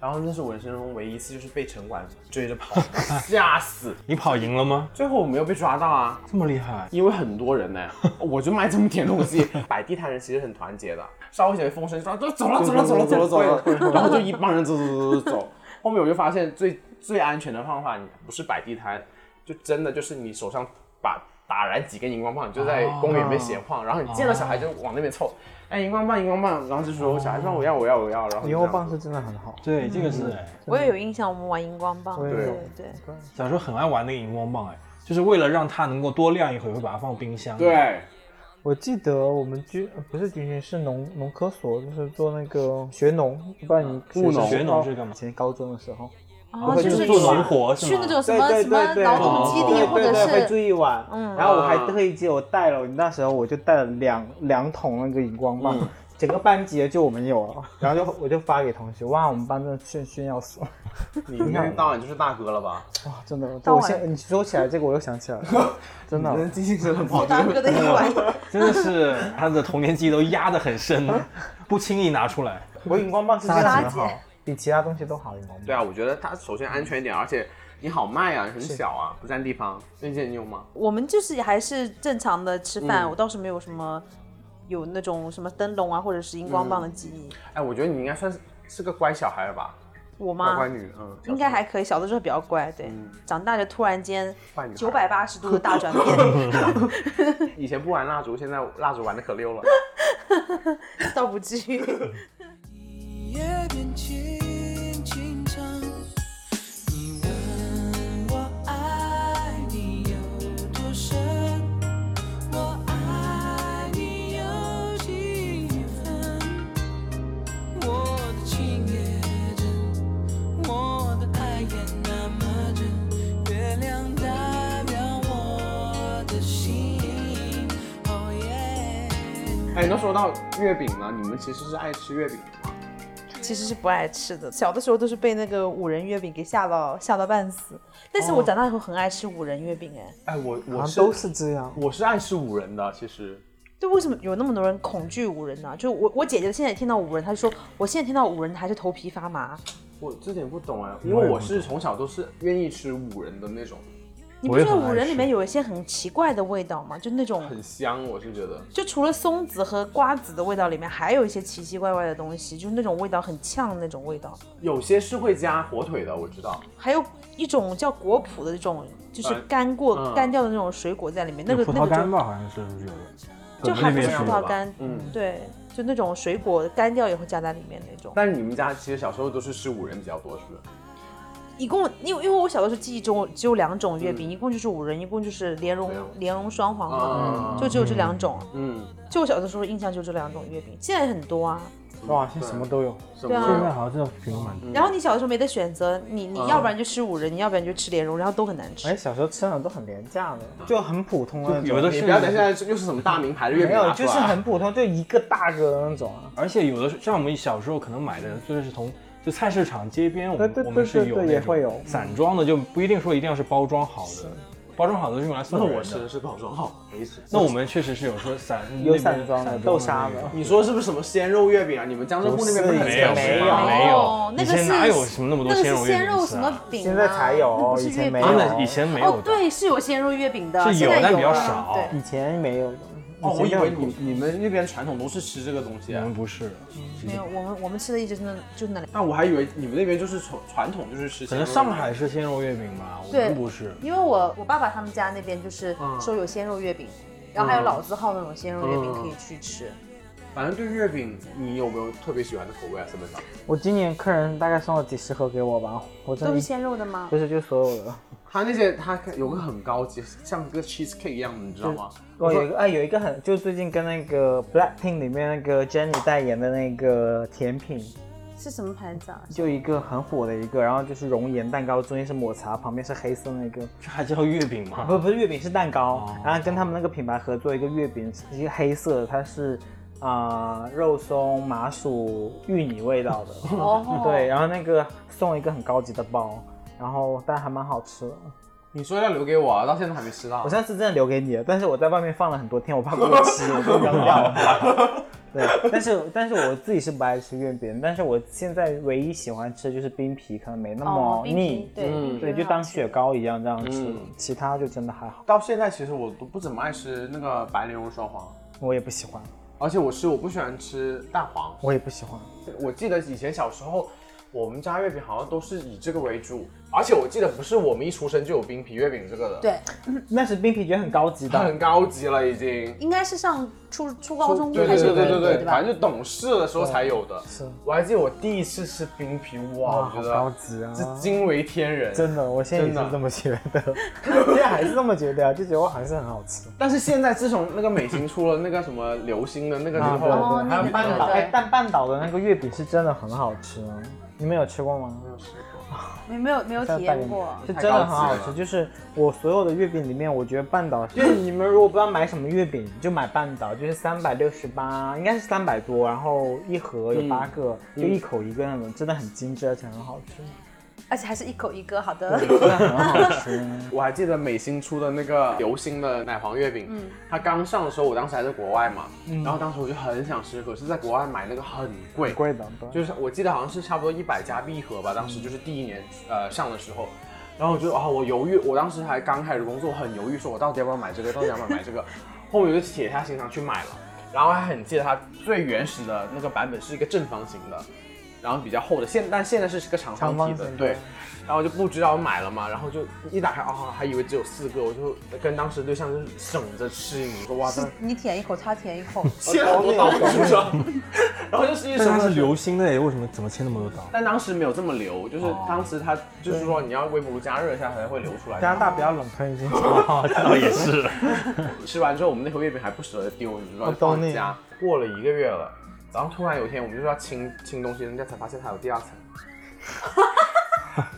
Speaker 4: 然后那是我人生中唯一一次就是被城管追着跑， 吓死！
Speaker 6: 你跑赢了吗？
Speaker 4: 最后我没有被抓到啊，
Speaker 6: 这么厉害？
Speaker 4: 因为很多人呢， 我就卖这么点东西，摆地摊人其实很团结的，稍微有点风声，说走了走了走了走了走了，然后就一帮人走走走走走。后面我就发现最最安全的方法，你不是摆地摊，就真的就是你手上把打燃几根荧光棒，你就在公园里面闲晃，然后你见到小孩就往那边凑，哎荧光棒荧光棒，然后就说小孩说我要我要我要，然后
Speaker 8: 荧光棒是真的很好。
Speaker 6: 对，这个是哎
Speaker 4: 嗯
Speaker 7: 我也有印象，我们玩荧光棒。
Speaker 8: 对
Speaker 7: 对对，
Speaker 6: 小时候很爱玩那个荧光棒哎，就是为了让它能够多亮一会儿，会把它放冰箱。
Speaker 4: 对，啊
Speaker 8: 我记得我们军呃不是军训，是农农科所，就是做那个学农，不知道你
Speaker 4: 务农
Speaker 6: 学农是干嘛
Speaker 8: 以前高中的时候，
Speaker 7: 哦，
Speaker 8: 会
Speaker 7: 就是
Speaker 8: 做
Speaker 7: 去
Speaker 6: 农活是
Speaker 7: 去
Speaker 6: 吗
Speaker 7: 那种什
Speaker 8: 对
Speaker 7: 么
Speaker 8: 对
Speaker 7: 什么
Speaker 8: 对对，
Speaker 7: 劳动基地，
Speaker 8: 对
Speaker 7: 或者
Speaker 8: 对对会住
Speaker 7: 是
Speaker 8: 一晚。
Speaker 7: 嗯
Speaker 8: 然后我还特意记得我带了，我那时候我就带了两两桶那个荧光棒，整个班级就我们有了， 然后就我就发给同学，哇，我们班真的炫炫耀死了，
Speaker 4: 你一天到晚就是大哥了 吧？
Speaker 8: 哇，真的，
Speaker 7: 当
Speaker 8: 我
Speaker 7: 晚
Speaker 8: 现你说起来这个我又想起来了，真的，
Speaker 4: 记性真的不好。
Speaker 7: 大哥的一晚。
Speaker 6: 真的是他的童年记忆都压得很深，
Speaker 7: 啊
Speaker 6: 不轻易拿出来。
Speaker 8: 我荧光棒是真的
Speaker 7: 杀
Speaker 8: 很
Speaker 7: 姐
Speaker 8: 好，啊比其他东西都好，荧光棒。
Speaker 4: 对啊，我觉得它首先安全一点，而且你好卖啊，很小啊，不占地方。那件你有吗？
Speaker 7: 我们就是还是正常的吃饭，
Speaker 8: 嗯
Speaker 7: 我倒是没有什么有那种什么灯笼啊，或者是荧光棒的记忆。
Speaker 8: 嗯
Speaker 4: 哎，我觉得你应该算是是个乖小孩了吧，
Speaker 7: 我
Speaker 4: 乖
Speaker 7: 妈
Speaker 4: 乖女，嗯，
Speaker 7: 应该还可以，小的时候比较乖，对，
Speaker 8: 嗯
Speaker 7: 长大就突然间
Speaker 4: 坏女孩
Speaker 7: 九百八十度的大转变，
Speaker 4: 以前不玩蜡烛，现在蜡烛玩的可溜 了。
Speaker 7: 倒不至于。
Speaker 11: 夜边轻轻唱，你问我爱你有多深，我爱你有几分？我的情也真，我的爱也那么真，月亮代表我的心。哦耶。
Speaker 4: 哎，那说到月饼呢，你们其实是爱吃月饼的吗？
Speaker 7: 其实是不爱吃的，小的时候都是被那个五仁月饼给吓到吓到半死。但是我长大以后很爱吃五仁月饼，哎，
Speaker 4: 哎，我
Speaker 8: 好
Speaker 4: 我
Speaker 8: 像都是这样，
Speaker 4: 我是爱吃五仁的，其实。
Speaker 7: 就为什么有那么多人恐惧五仁呢、就我我姐姐现在听到五仁，她就说我现在听到五仁还是头皮发麻。
Speaker 4: 我这点不懂哎，因为我是从小都是愿意吃五仁的那种，
Speaker 7: 你不觉得五仁里面有一些很奇怪的味道吗？就那种
Speaker 4: 很香，我是觉得。
Speaker 7: 就除了松子和瓜子的味道，里面还有一些奇奇怪怪的东西，就是那种味道很呛的那种味道。
Speaker 4: 有些是会加火腿的，我知道。
Speaker 7: 还有一种叫果脯的这种，就是
Speaker 4: 嗯
Speaker 7: 干过、
Speaker 4: 嗯
Speaker 7: 干掉的那种水果在里面，那
Speaker 6: 有
Speaker 7: 个
Speaker 6: 葡
Speaker 7: 那
Speaker 6: 萄
Speaker 7: 个
Speaker 6: 干
Speaker 7: 就
Speaker 6: 吧，好像是不是有的？
Speaker 7: 就
Speaker 6: 海
Speaker 7: 含着
Speaker 6: 边
Speaker 7: 葡萄干，
Speaker 4: 嗯
Speaker 7: 对，就那种水果干掉以后加在里面那种。
Speaker 4: 但是你们家其实小时候都是吃五仁比较多，是不是？
Speaker 7: 一共，因为因为我小的时候记忆中只有两种月饼，一共就是五仁，一共就是莲蓉
Speaker 4: 嗯莲蓉
Speaker 7: 莲蓉双黄
Speaker 4: 啊
Speaker 7: 嘛，就只有这两种。
Speaker 4: 嗯，
Speaker 7: 就我小的时候印象就这两种月饼，现在很多啊。
Speaker 8: 哇，现在什么都有，
Speaker 4: 什
Speaker 7: 对啊
Speaker 6: 现在
Speaker 4: 么？
Speaker 6: 好像真的品种
Speaker 4: 嗯
Speaker 6: 蛮多。
Speaker 7: 然后你小的时候没得选择，你你要不然就吃五仁，你要不然就吃莲蓉，然后都很难吃。
Speaker 8: 而哎
Speaker 6: 哎
Speaker 8: 且小时候吃那种都很廉价的，就很普通啊的那种，
Speaker 6: 有的
Speaker 4: 你
Speaker 6: 是
Speaker 4: 不要等现在又是什么大名牌的月
Speaker 8: 没
Speaker 4: 饼啊拿
Speaker 8: 有，
Speaker 4: 出
Speaker 8: 就
Speaker 4: 来
Speaker 8: 是很普通，就一个大个的那种啊。
Speaker 6: 而且有的是像我们小时候可能买的，就是从就菜市场街边，我
Speaker 8: 对
Speaker 6: 们
Speaker 8: 对对
Speaker 6: 我们是有
Speaker 8: 对对
Speaker 6: 那
Speaker 8: 也
Speaker 6: 种
Speaker 8: 会有
Speaker 6: 散装的，就不一定说一定要是包装好的，包装好的是用来送
Speaker 4: 那
Speaker 6: 人的。
Speaker 4: 我吃的是包装好，没吃。
Speaker 6: 那我们确实是有说散
Speaker 8: 嗯有
Speaker 6: 那边
Speaker 8: 散装的
Speaker 6: 散
Speaker 8: 豆沙
Speaker 6: 那
Speaker 8: 的
Speaker 6: 种
Speaker 4: 你说是不是什么鲜肉月饼啊？你们江浙沪那边不是很
Speaker 6: 没有
Speaker 4: 喜欢吃
Speaker 6: 有
Speaker 4: 吗
Speaker 6: 没有
Speaker 7: 哦，那
Speaker 6: 以
Speaker 7: 个
Speaker 6: 前
Speaker 7: 是
Speaker 6: 哪有什么那么多
Speaker 7: 那个
Speaker 6: 鲜
Speaker 7: 是
Speaker 6: 肉月饼
Speaker 7: 鲜肉
Speaker 6: 吃
Speaker 7: 什
Speaker 6: 啊
Speaker 7: 么饼啊？
Speaker 8: 现在才
Speaker 7: 那
Speaker 8: 有
Speaker 7: 不，是
Speaker 8: 以前
Speaker 7: 月
Speaker 8: 没
Speaker 7: 饼
Speaker 6: 真
Speaker 8: 有啊
Speaker 6: 的，以前没
Speaker 7: 哦
Speaker 6: 有，的。
Speaker 7: 对，是有鲜肉月饼的，
Speaker 6: 是有
Speaker 7: 现在
Speaker 6: 但比较
Speaker 7: 了
Speaker 6: 少
Speaker 7: 对，
Speaker 8: 以前没有的。
Speaker 4: 哦，我以
Speaker 8: 前
Speaker 4: 为
Speaker 8: 就
Speaker 4: 你你们那边传统都是吃这个东西
Speaker 6: 我
Speaker 4: 啊。
Speaker 6: 们不是，
Speaker 7: 没有，我们我们吃的一直是那就那两，
Speaker 4: 但我还以为你们那边就是传传统就是吃，
Speaker 6: 可能上海是鲜肉月饼吧，我
Speaker 7: 对
Speaker 6: 们不是。
Speaker 7: 因为我我爸爸他们家那边就是说有鲜肉月饼，然后还有老字号那种鲜肉月饼
Speaker 4: 嗯
Speaker 7: 可以去吃。
Speaker 4: 反正对月饼，你有没有特别喜欢的口味啊？基本上，
Speaker 8: 我今年客人大概送了几十盒给我吧，我真的
Speaker 7: 都是
Speaker 8: 一
Speaker 7: 鲜肉的吗？
Speaker 8: 不是就所有的。哦
Speaker 4: 它那些它有个很高级，像个 cheese cake 一样的，你知道吗？
Speaker 8: 我有一个哎，有一个很就最近跟那个 Blackpink 里面那个 Jennie 代言的那个甜品，
Speaker 7: 是什么牌子啊？
Speaker 8: 就一个很火的一个，然后就是熔岩蛋糕，中间是抹茶，旁边是黑色那个，
Speaker 6: 这还叫月饼 吗？
Speaker 8: 啊不不是月饼是蛋糕，然后跟他们那个品牌合作一个月饼，一个黑色的，它是啊、呃肉松、麻薯、芋泥味道的，
Speaker 7: 哦
Speaker 8: 对，然后那个送一个很高级的包，然后但还蛮好吃的，
Speaker 4: 你说要留给我，啊，到现在还没吃到。
Speaker 8: 我上次真的留给你了，但是我在外面放了很多天，我怕过期，我就扔 掉了。对，但是但是我自己是不爱吃月饼，但是我现在唯一喜欢吃的就是冰皮，可能没那么
Speaker 7: 哦
Speaker 8: 嗯
Speaker 7: 冰
Speaker 8: 腻
Speaker 7: 皮，对，冰皮
Speaker 8: 对，
Speaker 7: 很
Speaker 8: 就
Speaker 7: 好
Speaker 8: 当
Speaker 7: 吃
Speaker 8: 雪糕一样这样吃，
Speaker 4: 嗯
Speaker 8: 其他就真的还好，
Speaker 4: 到现在其实我都不怎么爱吃那个白莲蓉双黄，
Speaker 8: 我也不喜欢，
Speaker 4: 而且我吃我不喜欢吃蛋黄。
Speaker 8: 我也不喜欢。
Speaker 4: 我记得以前小时候，我们家月饼好像都是以这个为主，而且我记得不是我们一出生就有冰皮月饼这个的，
Speaker 7: 对，
Speaker 8: 那是冰皮觉得很高级的，
Speaker 4: 很高级了已经。
Speaker 7: 应该是上初初高中
Speaker 4: 对
Speaker 7: 开
Speaker 4: 对
Speaker 7: 始
Speaker 4: 对
Speaker 7: 有
Speaker 4: 对
Speaker 7: 的
Speaker 4: 对对，
Speaker 7: 吧
Speaker 4: 反？正就懂事的时候才有的。
Speaker 8: 是
Speaker 4: 我还记得我第一次吃冰皮，哇，
Speaker 8: 哇，
Speaker 4: 我觉
Speaker 8: 好
Speaker 4: 得
Speaker 8: 高级啊！
Speaker 4: 这惊为天人，
Speaker 8: 真的，我现在也
Speaker 4: 真
Speaker 8: 是
Speaker 4: 的
Speaker 8: 这么觉得， 现在还是这么觉得啊，就觉得我好像是很好吃。
Speaker 4: 但是现在自从那个美心出了那个什么流心的那个之
Speaker 8: 啊，对
Speaker 4: 后，
Speaker 7: 哦
Speaker 8: 对，
Speaker 4: 还有
Speaker 8: 有
Speaker 4: 半岛
Speaker 8: 半岛，哎，但半岛的那个月饼是真的很好吃，啊你们有吃过吗？没有吃
Speaker 7: 没没有没有体验过，
Speaker 8: 是真的很好吃。就是我所有的月饼里面，我觉得半岛，就是你们如果不知道买什么月饼，就买半岛，就是三百六十八，应该是三百多，然后一盒有八个，就一口一个那种，真的很精致，而且很好吃，
Speaker 7: 而且还是一口一个，好的。
Speaker 8: 真的很好吃。
Speaker 4: 我还记得美心出的那个流心的奶黄月饼，
Speaker 7: 嗯
Speaker 4: 它刚上的时候，我当时还在国外嘛，
Speaker 8: 嗯
Speaker 4: 然后当时我就很想吃，可是在国外买那个很贵，
Speaker 8: 贵的，对
Speaker 4: 就是我记得好像是差不多一百加币一盒吧，当时就是第一年呃上的时候。然后我就啊、我犹豫，我当时还刚开始工作，很犹豫，说我到底要不要买这个，到底要不要买这个。后面我就铁下心肠去买了，然后还很记得它最原始的那个版本是一个正方形的，然后比较厚的，现但现在是个长方体
Speaker 8: 长方
Speaker 4: 的，
Speaker 8: 形的
Speaker 4: 对。然后就不知道买了嘛，然后就一打开啊、还以为只有四个，我就跟当时对象就是省着吃，你说 哇，真的
Speaker 7: 你舔一口，他舔一口，
Speaker 4: 切了很多刀，是不是？ 然后就是一
Speaker 6: 但
Speaker 4: 省
Speaker 6: 它
Speaker 4: 着
Speaker 6: 是
Speaker 4: 吃。
Speaker 6: 流心的耶，为什么怎么切那么多刀？
Speaker 4: 但当时没有这么流，就是
Speaker 8: 哦
Speaker 4: 当时它就是说你要微波炉加热一下才会流出来。
Speaker 8: 加拿大比较冷，推进。哦，这倒也是。
Speaker 4: 吃完之后，我们那盒月饼还不舍得丢，你知道吗？
Speaker 8: 我
Speaker 4: 放
Speaker 8: 哦懂
Speaker 4: 在
Speaker 8: 你
Speaker 4: 家过了一个月了，然后突然有一天我们就是要清清东西，人家才发现它有第二 层。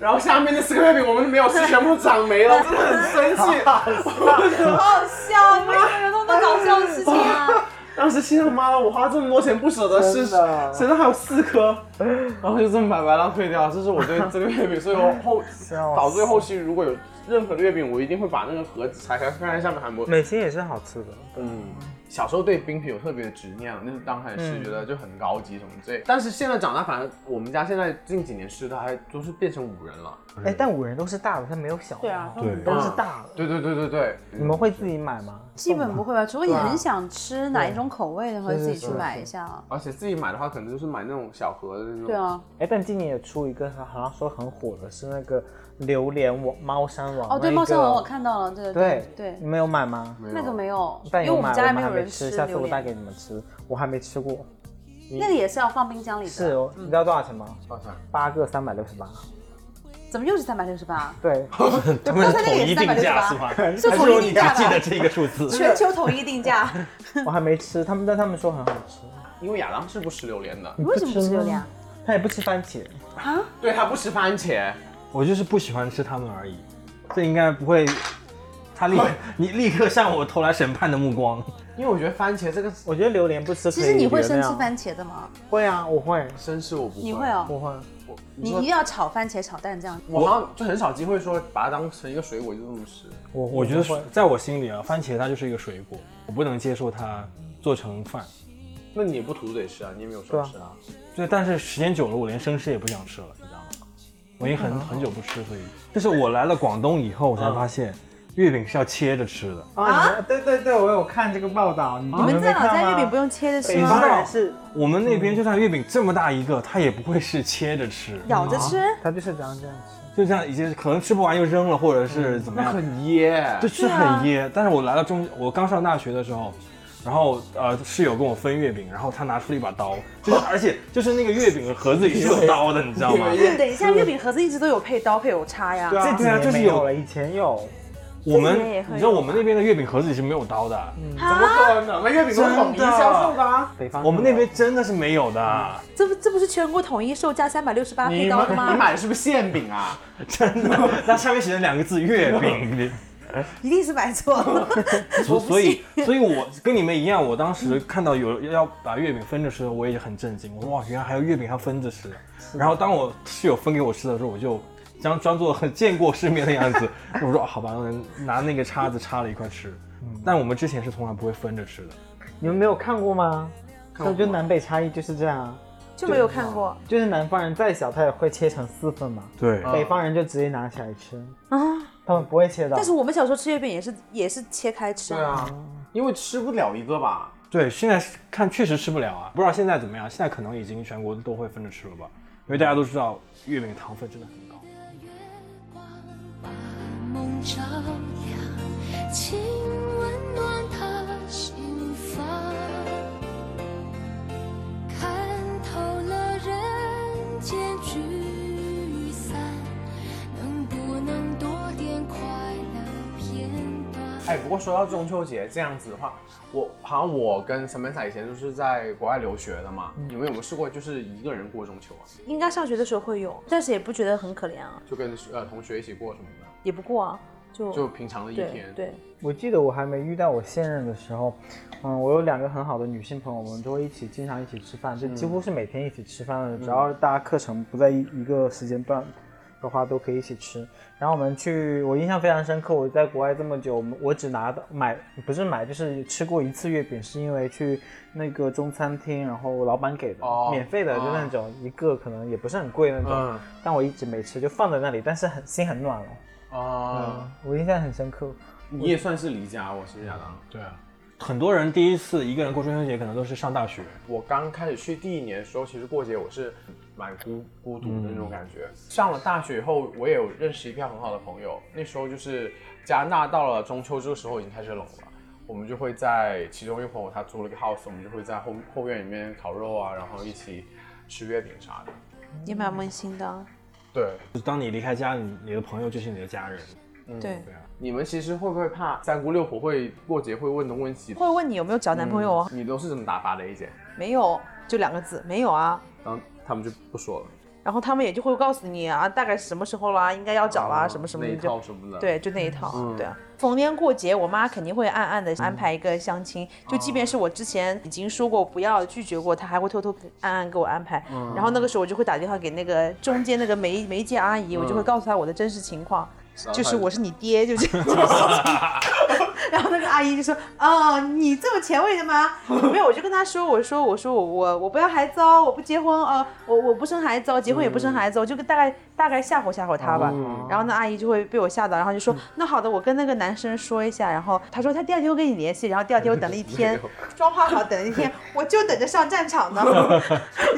Speaker 4: 然后下面那四个月饼我们没有吃，全部长霉了，真的很生 气。
Speaker 7: 好好笑，为什么有那么多搞笑的事情啊？
Speaker 4: 当时心想妈的，我花这么多钱不舍得吃，
Speaker 8: 真的
Speaker 4: 身上还有四颗， 然后就这么白白浪费掉。这是我对这个月饼，所以我后
Speaker 8: 笑死
Speaker 4: 导致后期如果有任何的月饼，我一定会把那个盒子拆开，看看下面还有没有。
Speaker 8: 美心也是好吃的，
Speaker 4: 嗯，小时候对冰皮有特别的执念，就是刚开始吃
Speaker 8: 嗯
Speaker 4: 觉得就很高级什么之类的，但是现在长大，反正我们家现在近几年吃的还都是变成五仁了。
Speaker 8: 哎，但五仁都是大的，它没有小的，
Speaker 7: 对啊，
Speaker 8: 都是大的。
Speaker 4: 对对对对对，
Speaker 8: 嗯你们会自己买吗？
Speaker 7: 基本不会吧，除非你很想吃哪一种口味的，会自己去买一下。
Speaker 4: 而且自己买的话，可能就是买那种小盒的那种。
Speaker 7: 对啊，
Speaker 8: 哎，但今年也出一个，好像说很火的是那个榴莲王猫山王。
Speaker 7: 哦，
Speaker 8: 那
Speaker 7: 对，
Speaker 8: 一个
Speaker 7: 猫山王我看到了，对
Speaker 8: 对
Speaker 7: 对
Speaker 8: 你，们有买吗？
Speaker 4: 没有，
Speaker 7: 那个没有，因
Speaker 8: 但
Speaker 7: 为我
Speaker 8: 买，
Speaker 7: 们家
Speaker 8: 我
Speaker 7: 没
Speaker 8: 还
Speaker 7: 有
Speaker 8: 没
Speaker 7: 人
Speaker 8: 吃，
Speaker 7: 吃
Speaker 8: 下次
Speaker 7: 榴
Speaker 8: 我带给
Speaker 7: 莲，
Speaker 8: 你们吃，我还没吃过。
Speaker 7: 那个也是要放冰箱里的。
Speaker 8: 是，哦，你知道多少钱吗？
Speaker 4: 放下
Speaker 8: 八个三百六十八。
Speaker 7: 怎么又是三百六十八？
Speaker 8: 对，
Speaker 7: 刚才那个也是三百六十 八，是统一定价吧？
Speaker 5: 这个数字，
Speaker 7: 全球统一定价，
Speaker 8: 我还没吃，他们但他们说很好吃。
Speaker 4: 因为亚当是不吃榴莲的，
Speaker 7: 你为什么不吃榴莲啊？
Speaker 8: 他也不吃番茄，
Speaker 4: 对他不吃番茄。
Speaker 6: 我就是不喜欢吃它们而已。这应该不会，他立 你立刻向我投来审判的目光。
Speaker 4: 因为我觉得番茄这个
Speaker 8: 我觉得榴莲不吃可
Speaker 7: 其
Speaker 8: 以
Speaker 7: 实你会
Speaker 8: 原
Speaker 7: 生吃
Speaker 8: 谅
Speaker 7: 番茄的吗？
Speaker 8: 会啊，我会，
Speaker 4: 绅士我不会，
Speaker 7: 你会哦，
Speaker 8: 我会。啊
Speaker 7: 你一定要炒番茄、炒蛋这样。
Speaker 4: 我好像就很少机会说把它当成一个水果就这么吃。
Speaker 8: 我
Speaker 6: 我觉得
Speaker 8: 会
Speaker 6: 是，在我心里啊，番茄它就是一个水果，我不能接受它做成饭。
Speaker 4: 那你也不吐嘴吃啊，你也没有说吃啊。
Speaker 6: 对，但是时间久了，我连生吃也不想吃了，你知道吗？我已经很很久不吃，所以，但是我来了广东以后，我才发现月饼是要切着吃的。
Speaker 8: 啊，你对对对，我有看这个报道，你
Speaker 7: 你们在
Speaker 8: 没
Speaker 7: 老
Speaker 8: 看吗
Speaker 7: 家月饼不用切着吃
Speaker 8: 北
Speaker 7: 吗
Speaker 8: 方？人是，
Speaker 6: 我们那边就算月饼这么大一个，它也不会是切着吃，
Speaker 7: 咬着吃，
Speaker 8: 他就是这样这样吃。
Speaker 6: 就这样已经可能吃不完又扔了，或者是怎么样，
Speaker 4: 啊很噎，
Speaker 7: 啊
Speaker 6: 就是很噎。但是我来到中，我刚上大学的时候。然后，呃，室友跟我分月饼，然后他拿出了一把刀，就是而且就是那个月饼的盒子里是有刀的，你知道吗？
Speaker 7: 等一下，月饼盒子一直都有配刀配有叉
Speaker 6: 啊
Speaker 7: 呀。
Speaker 8: 这
Speaker 6: 对啊
Speaker 8: 几
Speaker 6: 就
Speaker 8: 年
Speaker 6: 是
Speaker 8: 没
Speaker 6: 有
Speaker 8: 有了，以前有。
Speaker 6: 我们
Speaker 7: 这个也会
Speaker 6: 你知道我们那边的月饼盒子里是没有刀的，
Speaker 4: 怎么可能？那月饼都是统一销售的啊。
Speaker 8: 北方
Speaker 6: 我们那边真的是没有的，
Speaker 7: 这不这不是全国统一售价三百六十八配
Speaker 4: 你
Speaker 7: 刀的
Speaker 4: 们你买
Speaker 7: 吗？
Speaker 4: 的是不是馅饼啊？
Speaker 6: 真的。那上面写着两个字“月饼
Speaker 7: 一定是买错了。”，
Speaker 6: 所所以所以我跟你们一样，我当时看到有要把月饼分着吃，我也很震惊。我说哇，原来还有月饼还分着吃。然后当我室友分给我吃的时候，我就将装作很见过世面的样子，我说好吧，拿那个叉子叉了一块吃。但我们之前是从来不会分着吃的。
Speaker 8: 你们没有看过吗？我觉得南北差异就是这样啊，
Speaker 7: 就没有看过
Speaker 8: 就是南方人再小，他也会切成四份嘛，
Speaker 6: 对
Speaker 8: 北方人就直接拿起来吃，
Speaker 7: 啊！
Speaker 8: 他们不会切的。
Speaker 7: 但是我们小时候吃月饼也是也是切开吃
Speaker 4: 对，啊，因为吃不了一个吧。
Speaker 6: 对，现在看确实吃不了啊，不知道现在怎么样。现在可能已经全国都会分着吃了吧？因为大家都知道月饼糖分真的很高。
Speaker 9: 梦照亮，请温暖他心房。看透了人间聚散，能不能多点快乐片段？
Speaker 4: 哎，不过说到中秋节这样子的话，我好像我跟 Samantha 以前都是在国外留学的嘛，你们有没有试过就是一个人过中秋啊？
Speaker 7: 应该上学的时候会有，但是也不觉得很可怜啊，
Speaker 4: 就跟呃同学一起过什么的，
Speaker 7: 也不过啊，就
Speaker 4: 就平常的一天。
Speaker 7: 对，对
Speaker 8: 我记得我还没遇到我现任的时候，嗯，我有两个很好的女性朋友，我们都会一起经常一起吃饭，就几
Speaker 4: 嗯
Speaker 8: 乎是每天一起吃饭的，只要大家课程不在一一个时间段的话，都可以一起吃。然后我们去，我印象非常深刻，我在国外这么久，我们我只拿到买不是买，就是吃过一次月饼，是因为去那个中餐厅，然后老板给的，
Speaker 4: 哦
Speaker 8: 免费的就那种、一个可能也不是很贵那种，
Speaker 4: 嗯
Speaker 8: 但我一直没吃，就放在那里，但是很心很暖了。
Speaker 4: 啊
Speaker 8: 嗯，，我印象很深刻。
Speaker 4: 你也算是离家，我是不是亚当？
Speaker 6: 对啊，很多人第一次一个人过中秋节，可能都是上大学。
Speaker 4: 我刚开始去第一年的时候，其实过节我是蛮孤孤独的那种
Speaker 6: 嗯
Speaker 4: 感觉。上了大学以后，我也有认识一票很好的朋友。那时候就是加拿大到了中秋这个时候已经开始冷了，我们就会在其中一个朋友他租了个 house，我们就会在后后院里面烤肉啊，然后一起吃月饼啥的。
Speaker 7: 也蛮温馨的啊。
Speaker 4: 对，
Speaker 6: 就是当你离开家，你你的朋友就是你的家人。
Speaker 4: 嗯
Speaker 7: 对
Speaker 4: 你们其实会不会怕三姑六婆会过节会问东问西？
Speaker 7: 会问你有没有找男朋友啊？
Speaker 4: 嗯你都是怎么打发的？一姐，
Speaker 7: 没有，就两个字，没有啊。
Speaker 4: 然后他们就不说了。
Speaker 7: 然后他们也就会告诉你啊，大概什么时候啦，应该要找啦，
Speaker 4: 哦
Speaker 7: 什么什么
Speaker 4: 那
Speaker 7: 的
Speaker 4: 一
Speaker 7: 就
Speaker 4: 套什么的
Speaker 7: 对，就那一套，
Speaker 4: 嗯
Speaker 7: 对啊。逢年过节，我妈肯定会暗暗的安排一个相亲，就即便是我之前已经说过不要拒绝过，她还会偷偷给暗暗给我安排。
Speaker 12: 嗯
Speaker 7: 然后那个时候我就会打电话给那个中间那个媒媒介阿姨，我就会
Speaker 12: 嗯
Speaker 7: 告诉她我的真实情况，
Speaker 12: 然后
Speaker 7: 就是
Speaker 12: 她
Speaker 7: 我是你爹，就这样。 然后那个阿姨就说：“哦，你这么前卫的吗？”没有，我就跟她说：“我说我说我我我不要孩子哦，我不结婚哦，我我不生孩子哦，结婚也不生孩子哦，就大概大概吓唬吓唬她吧。
Speaker 12: 嗯
Speaker 7: 然后那阿姨就会被我吓到，然后就说：“那好的，我跟那个男生说一下。”然后她说她第二天会跟你联系，然后第二天我 等了一天
Speaker 12: 没有，
Speaker 7: 妆化好等了一天，我就等着上战场 呢，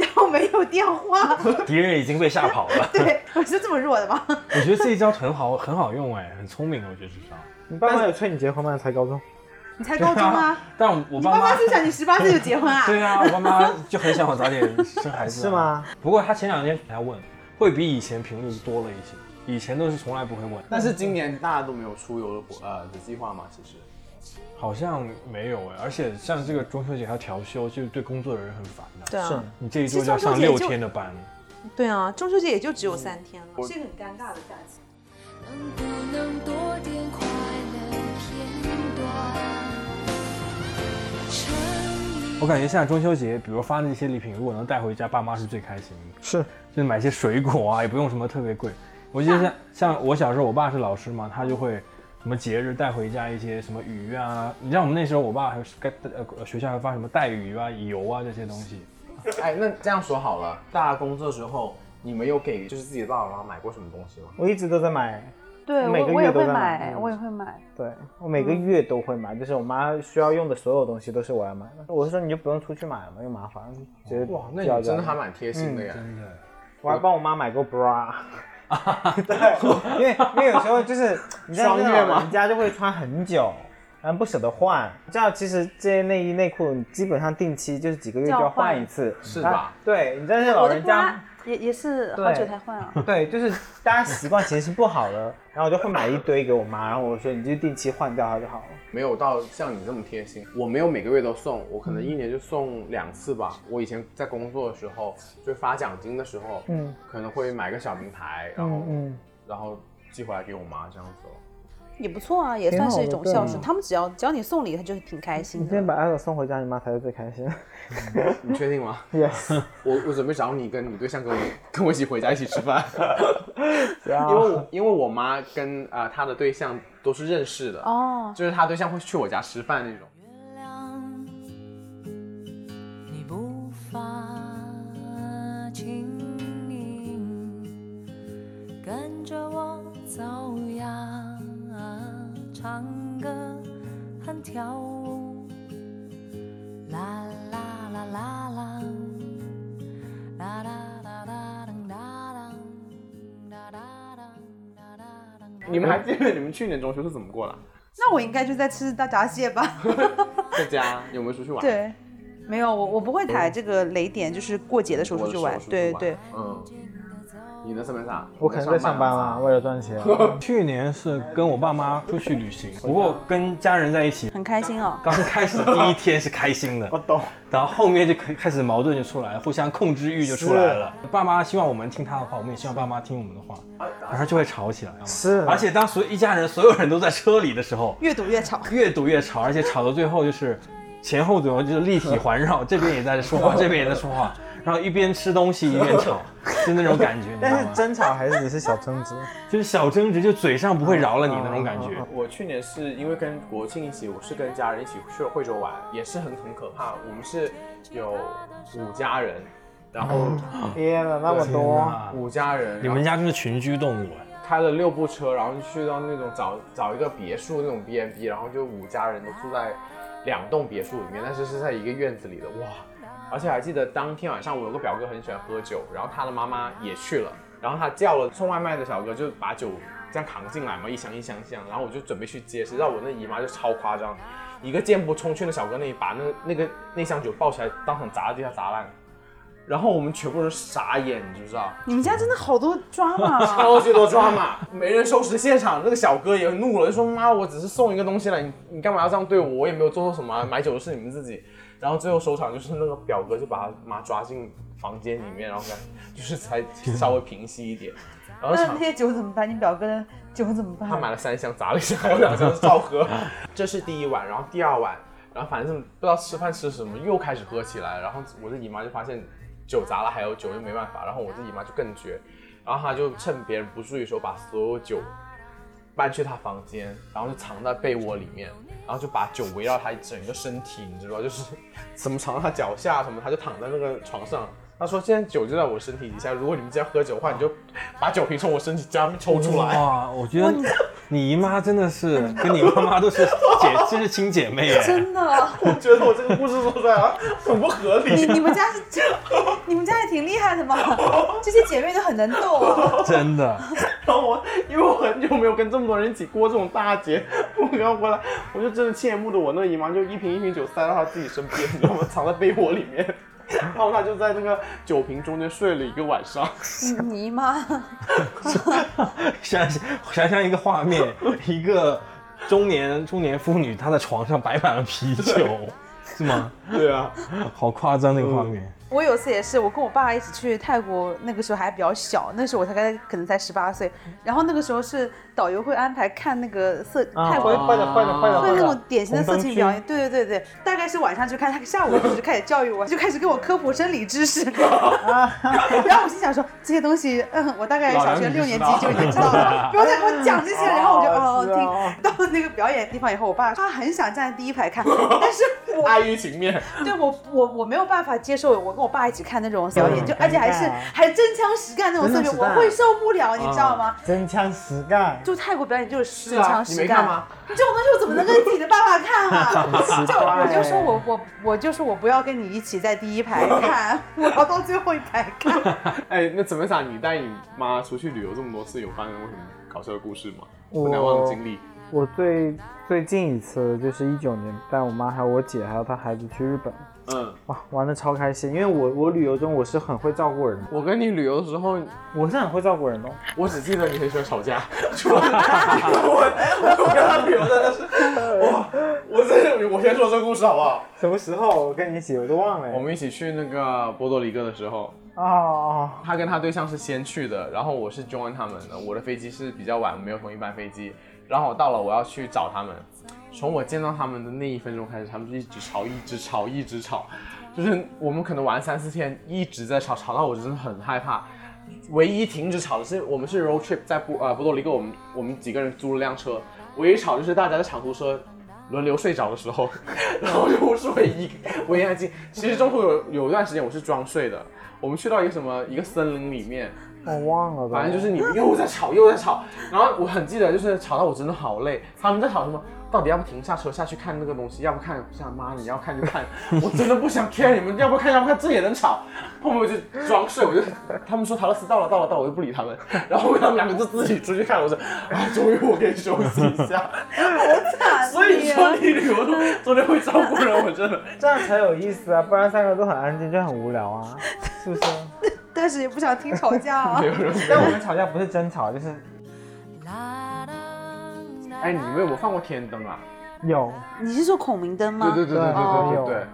Speaker 7: 然后没有电话，
Speaker 6: 敌人已经被吓跑了。
Speaker 7: 对我是这么弱的吗？
Speaker 6: 我觉得这一招很好，很好用哎，很聪明，我觉得这招。
Speaker 8: 你爸妈有催你结婚吗？才高中，
Speaker 7: 你才高中啊，
Speaker 6: 但我我
Speaker 7: 你
Speaker 6: 爸
Speaker 7: 爸
Speaker 6: 妈？
Speaker 7: 妈是不是想你十八岁就结婚啊
Speaker 6: 对啊，我爸妈就很想我早点生孩子、啊
Speaker 8: 是？吗？
Speaker 6: 不过他前两天还问，会比以前频率多了一些，以前都是从来不会问。
Speaker 4: 但是今年大家都没有出游的活呃的计划嘛，其实。
Speaker 6: 好像没有哎，而且像这个中秋节还要调休，就是对工作的人很烦的。
Speaker 7: 对啊是
Speaker 6: 你这一周就要上六天的班，
Speaker 7: 对啊，中秋节也就只有三天了，
Speaker 6: 我
Speaker 7: 是一个很尴尬的假期。
Speaker 9: 不能多点快乐片段？
Speaker 6: 我感觉现在中秋节，比如发那些礼品，如果能带回家，爸妈是最开心的。
Speaker 8: 是，
Speaker 6: 就是买些水果啊，也不用什么特别贵。我记得像像我小时候，我爸是老师嘛，他就会什么节日带回家一些什么鱼啊，你像我们那时候，我爸还是该呃学校还发什么带鱼啊、油啊这些东西。
Speaker 4: 哎，那这样说好了，大家工作之后，你们有给就是自己的爸爸妈妈买过什么东西吗？
Speaker 8: 我一直都在买，
Speaker 12: 对，
Speaker 8: 每个
Speaker 12: 我我也
Speaker 8: 月都
Speaker 12: 会
Speaker 8: 在
Speaker 12: 买，
Speaker 8: 嗯
Speaker 12: 我也会买。
Speaker 8: 对我每个月都会买，就是我妈需要用的所有东西都是我要买的。我是说你就不用出去买了嘛，又麻烦。觉得
Speaker 4: 哇那
Speaker 8: 比较
Speaker 4: 你真的
Speaker 8: 热闹
Speaker 4: 还蛮贴心的呀
Speaker 8: 嗯
Speaker 4: 真的
Speaker 8: 我还帮我妈买过 bra。对，因为因为有时候就是你在
Speaker 4: 双月吗
Speaker 8: 人家就会穿很久，然后不舍得换。这样其实这些内衣内裤，你基本上定期就是几个月就要换一次，
Speaker 4: 是
Speaker 8: 啊
Speaker 4: 吧？
Speaker 8: 对，你知道这些老
Speaker 12: 我的
Speaker 8: 人家
Speaker 12: bra 也也是
Speaker 8: 对
Speaker 12: 好久才换啊。
Speaker 8: 对，就是大家习惯其实是不好的，然后我就会买一堆给我妈，然后我说你就定期换掉它就好了。
Speaker 4: 没有到像你这么贴心，我没有每个月都送，我可能一年就送两次吧。我以前在工作的时候，就发奖金的时候，
Speaker 8: 嗯
Speaker 4: 嗯，可能会买个小名牌，然后、
Speaker 8: 嗯嗯，
Speaker 4: 然后寄回来给我妈这样 子哦。
Speaker 7: 也不错啊，也算是一种孝顺。他们只要只要你送礼，他就挺开
Speaker 8: 你
Speaker 7: 心的。
Speaker 8: 先把艾尔送回家，你妈才是最 开心。
Speaker 4: 你确定吗
Speaker 8: ？Yes，
Speaker 4: 我我准备找你跟你对象跟我跟我一起回家一起吃 饭，
Speaker 8: 因啊
Speaker 4: 为我因为我妈跟啊、呃她的对象都是认识的，
Speaker 12: 哦
Speaker 4: 就是她对象会去我家吃饭那种。
Speaker 11: 你步伐轻盈，跟着我走呀，唱歌和跳舞，啦啦啦啦啦，啦啦啦啦啦啦。
Speaker 4: 你们还记得你们去年中秋是怎么过的？
Speaker 7: 那我应该就在吃大闸蟹吧？
Speaker 4: 在家有没有出去玩？
Speaker 7: 对，没有我我不会踩这个雷点，就是过节的时候出去玩
Speaker 4: 我的时候出。去
Speaker 7: 对
Speaker 4: 玩
Speaker 7: 对，
Speaker 4: 嗯，你呢，三班长？
Speaker 8: 我可能在上班啊啦，为了赚钱。
Speaker 6: 去年是跟我爸妈出去旅行，不过跟家人在一起，
Speaker 7: 很开心哦。
Speaker 6: 刚开始第一天是开 心的，我懂。然后后面就开开始矛盾就出来了，互相控制欲就出来了。爸妈希望我们听他的话，我们也希望爸妈听我们的话，然后就会吵起来。要么
Speaker 8: 啊是
Speaker 6: 而且当所有一家人所有人都在车里的时候，
Speaker 7: 越赌越吵，
Speaker 6: 越赌越吵，而且吵到最后就是前后左右就是立体环绕，这边也在说 话，这边也在说话，然后一边吃东西一边吵，就那种感觉，你知道
Speaker 8: 但是
Speaker 6: 吗？
Speaker 8: 争吵还是只是小争 执，
Speaker 6: 就是小争执，就嘴上不会饶了你那
Speaker 8: 嗯
Speaker 6: 种感觉。
Speaker 4: 我去年是因为跟国庆一起，我是跟家人一起去了惠州玩，也是很很可怕。我们是有五家人，然后
Speaker 8: 天哪，那么
Speaker 6: 天
Speaker 8: 多，
Speaker 6: 哪
Speaker 4: 五家人，
Speaker 6: 你们家真的群居动物哎。
Speaker 4: 开了六部车，然后就去到那种找找一个别墅那种 B N B，然后就五家人都住在两栋别墅里面，但是是在一个院子里的哇！而且还记得当天晚上，我有个表哥很喜欢喝酒，然后他的妈妈也去了，然后他叫了送外卖的小哥，就把酒这样扛进来嘛，一箱一箱一箱，然后我就准备去接，谁知道我那姨妈就超夸张，一个箭步冲去那小哥那里，把那那个那箱酒抱起来，当场砸在地下砸烂，然后我们全部人傻眼，你知不知道？
Speaker 7: 你们家真的好多抓啊嘛！
Speaker 4: 超级多抓马，没人收拾现场。那个小哥也怒了，就说：“妈，我只是送一个东西来，你你干嘛要这样对我？我也没有做错什么啊、买酒的是你们自己。”然后最后收场就是那个表哥就把他妈抓进房间里面，然后感就是才稍微平息一点。然后
Speaker 7: 那
Speaker 4: 场
Speaker 7: 那些酒怎么办？你表哥的酒怎么办
Speaker 4: 他？买了三箱，砸了一箱，还有两箱照喝。 这是第一碗，然后第二碗，然后反正不知道吃饭吃什么，又开始喝起来。然后我的姨妈就发现酒砸了还有酒，又没办法。然后我的姨妈就更绝，然后她就趁别人不注意的时候，把所有酒搬去她房间，然后就藏在被窝里面，然后就把酒围绕她整个身体，你知道吧？就是怎么藏到她脚下什么，她就躺在那个床上。她说：“现在酒就在我身体底下，如果你们再喝酒的话，你就把酒瓶从我身体下面 抽出来。”
Speaker 6: 哇，我觉得你姨妈真的 是跟你妈妈都是姐， 这是亲姐妹哎。
Speaker 7: 真的，
Speaker 4: 我 觉得我这个故事说出来啊， 很不合
Speaker 7: 你
Speaker 4: 理。
Speaker 7: 你们家是， 你们家也挺厉害的嘛，这些姐妹都很能斗 啊。
Speaker 6: 真的，
Speaker 4: 然后我因为我很久没有跟这么多人一起过这种大节， 我刚回来，我就真的羡慕的我那姨妈就一瓶一瓶酒塞到她自己身边， 你知道吗？藏在被窝里面。 然后她就在那个酒瓶中间睡了一个晚上，
Speaker 7: 你你姨妈，
Speaker 6: 想想象一个画面， 一个中年中年妇女，她的床上摆满了啤 酒，是吗？
Speaker 4: 对啊，
Speaker 6: 好夸张那个画
Speaker 8: 嗯
Speaker 6: 面。
Speaker 7: 我有次也是，我跟我爸一起去泰国，那个时候还比较小，那时候我才该可能才十八岁，然后那个时候是导游会安排看那个色泰国
Speaker 4: 啊
Speaker 8: 坏的坏的坏的
Speaker 7: 啊会
Speaker 8: 坏
Speaker 7: 那种
Speaker 8: 的，
Speaker 7: 典型的色情表演，
Speaker 8: 红
Speaker 7: 对对对对，大概是晚上去看，他下午就开始教育我，就开始给我科普生理知 识，然后我心想说这些东西，嗯，我大概小学六年级就已经知道了，不要再给我讲这些，然后我就哦
Speaker 8: 是啊
Speaker 7: 听到那个表演地方以后，我爸他很想站在第一排 看，但是我
Speaker 4: 碍于情面，
Speaker 7: 对我我我没有办法接受，我跟我爸一起看那种表演，就而且还是
Speaker 8: 尴尬
Speaker 7: 还真枪实干那种特别，
Speaker 8: 真枪实
Speaker 7: 我
Speaker 8: 干
Speaker 7: 会受不了，你知道吗？
Speaker 8: 真枪实干，
Speaker 7: 就泰国表演就是实
Speaker 4: 是啊
Speaker 7: 枪，
Speaker 4: 你
Speaker 7: 实
Speaker 4: 没
Speaker 7: 干
Speaker 4: 看吗？？
Speaker 7: 这种东西我怎么能跟自己的爸爸 看啊？就我就说我我我就说我不要跟你一起在第一排看，我要到最后一排 看。
Speaker 4: 哎，那怎么想？你带你妈出去旅游这么多次，有发生过什么搞笑的故事吗？
Speaker 8: 我
Speaker 4: 不难忘的经历？
Speaker 8: 我最最近一次就是一九年，带我妈还有我姐还有她孩子去日本，
Speaker 4: 嗯，
Speaker 8: 哇，玩的超开心。因为我我旅游中我是很会照顾人的，
Speaker 4: 我跟你旅游的时候，
Speaker 8: 我是很会照顾人的哦。
Speaker 4: 我只记得你很喜欢吵架，除了我，我跟他旅游真的是，哇！我这我先说这个故事好不好？
Speaker 8: 什么时候我跟你一起我都忘了
Speaker 4: 我们一起去那个波多黎各的时候，
Speaker 8: 哦哦，
Speaker 4: 他跟他对象是先去的，然后我是 join 他们的，我的飞机是比较晚，没有同一班飞机。然后我到了，我要去找他们，从我见到他们的那一分钟开始，他们就一直吵，一直吵，一直吵，就是我们可能玩三四天，一直在吵，吵到我真的很害怕。唯一停止吵的是，我们是 road trip 在波呃波多黎各，我们我们几个人租了辆车，唯一吵就是大家在长途车轮流睡着的时候，然后我是唯一唯一安静。其实中途有有一段时间我是装睡的，我们去到一个什么一个森林里面，
Speaker 8: 我忘了吧，
Speaker 4: 反正就是你们又在吵又在吵，然后我很记得就是吵到我真的好累，他们在吵什么？到底要不停下车下去看那个东西？要不看不下妈你要看就看， 我真的不想 care 你们要不看要不看，这也能吵。后面我就装睡，我就他们说陶乐斯到了到了到了，我就不理他们， 然后他们两个就自己出去看，我说啊，终于我可以休息一 下。
Speaker 8: 啊
Speaker 4: 所以说你旅游中间会照顾人，我真的
Speaker 8: 这样才有意思啊，不然三个都很安静就很无聊啊，是不 是？
Speaker 7: 但是也不想听吵架啊。
Speaker 8: 但我们吵架不是争吵，就是
Speaker 4: 哎，你们有没有放过天灯啊？
Speaker 8: 有。
Speaker 7: 你是说孔明灯吗？
Speaker 4: 对对对对对对
Speaker 8: 哎
Speaker 7: 哦
Speaker 4: 对。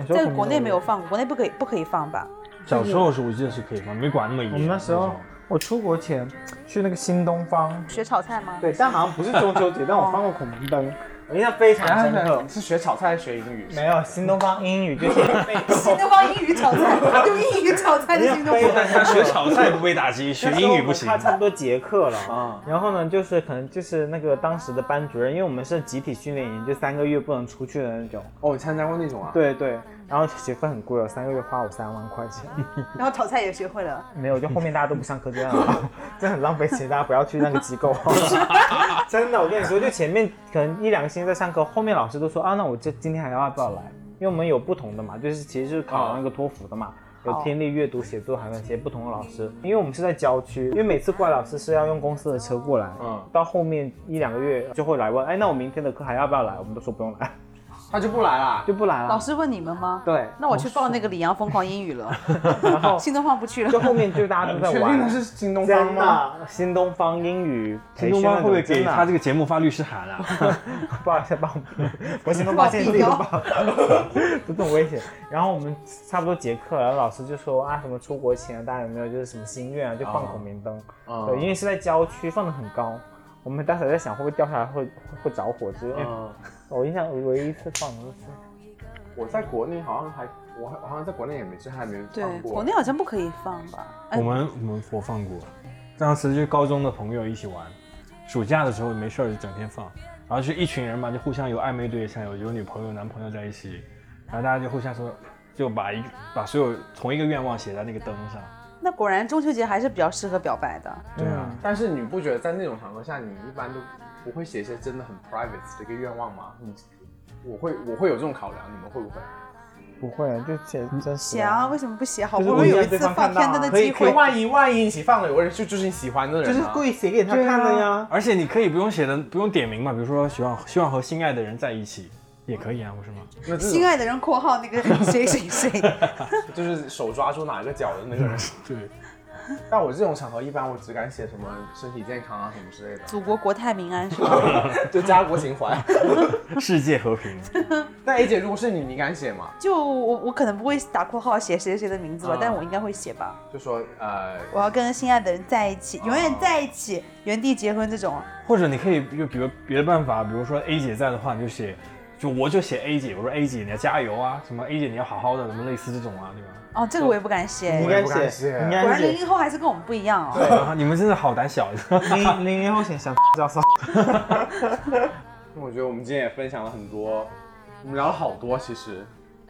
Speaker 8: 你说
Speaker 7: 在
Speaker 8: 孔明
Speaker 7: 国内
Speaker 8: 灯
Speaker 7: 没有放，国内不可以不可以放吧？
Speaker 6: 小时候是我记得是可以放，没管那么严。
Speaker 8: 我们那时候，我出国前去那个新东方，
Speaker 7: 学炒菜吗？
Speaker 8: 对，但好像不是中秋节，但我放过孔明灯， 我印象非常
Speaker 4: 啊
Speaker 8: 深刻。
Speaker 4: 是学炒菜还是学英语？
Speaker 8: 没有新东方英语就是
Speaker 7: 新东方英语炒菜，用英语炒菜的新东
Speaker 8: 非
Speaker 7: 方。
Speaker 8: 常
Speaker 6: 学炒菜不被打击，学英语不行
Speaker 8: 那时候我们差。差不多结课了啊。然后呢，就是可能就是那个当时的班主任，因为我们是集体训练营，就三个月不能出去的那种。
Speaker 4: 哦，你参加过那种啊？
Speaker 8: 对对，然后学费很贵哦，三个月花我三万块钱。
Speaker 7: 然后炒菜也学会了，
Speaker 8: 没有，就后面大家都不上课这样 了，真的很浪费钱，大家不要去那个机构。 真的，我跟你说，就前面可能一两个星期在上课，后面老师都说啊，那我这今天还要不要来？因为我们有不同的嘛，就是其实是考那个托福的嘛。
Speaker 7: 哦
Speaker 8: 有听力、阅读、写作，还有那些不同的老师，因为我们是在郊区，因为每次过来老师是要用公司的车过来，嗯，到后面一两个月就会来问，哎，那我明天的课还要不要来？我们都说不用来，
Speaker 4: 他就不来啦。
Speaker 8: 就不来了。
Speaker 7: 老师问你们吗？
Speaker 8: 对，
Speaker 7: 那我去报那个里昂疯狂英语 了，
Speaker 8: 然后
Speaker 7: 新东方不去了。
Speaker 8: 就后面就大家都 在
Speaker 4: 确定
Speaker 8: 玩
Speaker 4: 的，是新东方
Speaker 8: 真
Speaker 4: 吗？
Speaker 8: 的，新东方英语
Speaker 6: 新
Speaker 8: 培
Speaker 6: 东
Speaker 8: 训
Speaker 6: 方
Speaker 8: 那
Speaker 6: 会
Speaker 8: 种，
Speaker 6: 不会给
Speaker 8: 真的
Speaker 6: 他这个节目发律师函啊？
Speaker 8: 不好意思，帮 我，我先抱歉自己报， 这种危险。然后我们差不多结课了，然后老师就说啊，什么出国前大家有没有就是什么心愿啊，就放孔明灯。
Speaker 4: 啊
Speaker 8: 对，因为是在郊区，放的很高。我们当时在想会不会掉下来会会会着火之类的。
Speaker 4: 嗯，
Speaker 8: 我印象唯一一次放的是，
Speaker 4: 我在国内好像还，我好像在国内也没，这还没
Speaker 7: 对
Speaker 4: 放，过。
Speaker 7: 国内好像不可以放吧？哎
Speaker 6: 我们我们我放过，当时就是高中的朋友一起玩，暑假的时候没事儿就整天放，然后就一群人嘛，就互相有暧昧对象，有有女朋友、男朋友在一起，然后大家就互相说，就把一把所有同一个愿望写在那个灯上。
Speaker 7: 那果然中秋节还是比较适合表白的。
Speaker 6: 对啊，
Speaker 4: 但是你不觉得在那种场合下，你一般都不会写一些真的很 private 的一个愿望吗？你，我会我会有这种考量，你们会不会？
Speaker 8: 不会，啊就写真实
Speaker 7: 写
Speaker 8: 的。
Speaker 7: 啊，为什么不写？好
Speaker 8: 就是
Speaker 7: 不容易
Speaker 8: 我
Speaker 7: 有一
Speaker 8: 让对
Speaker 7: 次
Speaker 8: 方
Speaker 7: 放
Speaker 8: 看到
Speaker 7: 天
Speaker 8: 啊
Speaker 7: 灯的
Speaker 8: 可以
Speaker 7: 机
Speaker 8: 可
Speaker 7: 会
Speaker 8: 以，
Speaker 4: 万一万一你放了，有人就就是你喜欢的人、
Speaker 8: 就
Speaker 4: 啊，
Speaker 8: 是故意写给他看的呀，
Speaker 6: 啊而且你可以不用写的，不用点名嘛，比如说希望希望和心爱的人在一起也可以啊，不是吗？
Speaker 4: 那这
Speaker 7: 心
Speaker 4: 种
Speaker 7: 爱的人（括号那个谁谁谁
Speaker 4: 就是手抓住哪个角的那个 人。
Speaker 6: 对，
Speaker 4: 但我这种场合一般我只敢写什么身体健康啊什么之类），
Speaker 7: 祖国国泰民安是吧？
Speaker 4: 的， 就家国情怀。
Speaker 6: 世界和平。
Speaker 4: 那 A 姐，如果是你，你敢写吗？
Speaker 7: 就我我可能不会打括号写谁谁谁的名字吧
Speaker 4: 啊，
Speaker 7: 但我应该会写吧。
Speaker 4: 就说呃，
Speaker 7: 我要跟心爱的人在一起，永远在一起，原地结婚这种。
Speaker 6: 或者你可以就比如别的办法，比如说 A 姐在的话，你就写，就我就写 A 姐，我说 A 姐你要加油啊，什么 A 姐你要好好的，什么类似这种啊，对吧？
Speaker 7: 哦，这个我也不敢写
Speaker 8: 你应。
Speaker 4: 我也
Speaker 8: 该
Speaker 4: 不敢
Speaker 8: 写
Speaker 4: 写，
Speaker 8: 你应
Speaker 7: 果
Speaker 8: 该
Speaker 7: 然零
Speaker 8: 写。
Speaker 7: 零后还是跟我们不一样哦。
Speaker 6: 啊你们真的好胆小，
Speaker 8: 零零零后想 想教授，
Speaker 4: 那我觉得我们今天也分享了很多，我们聊了好多，其实。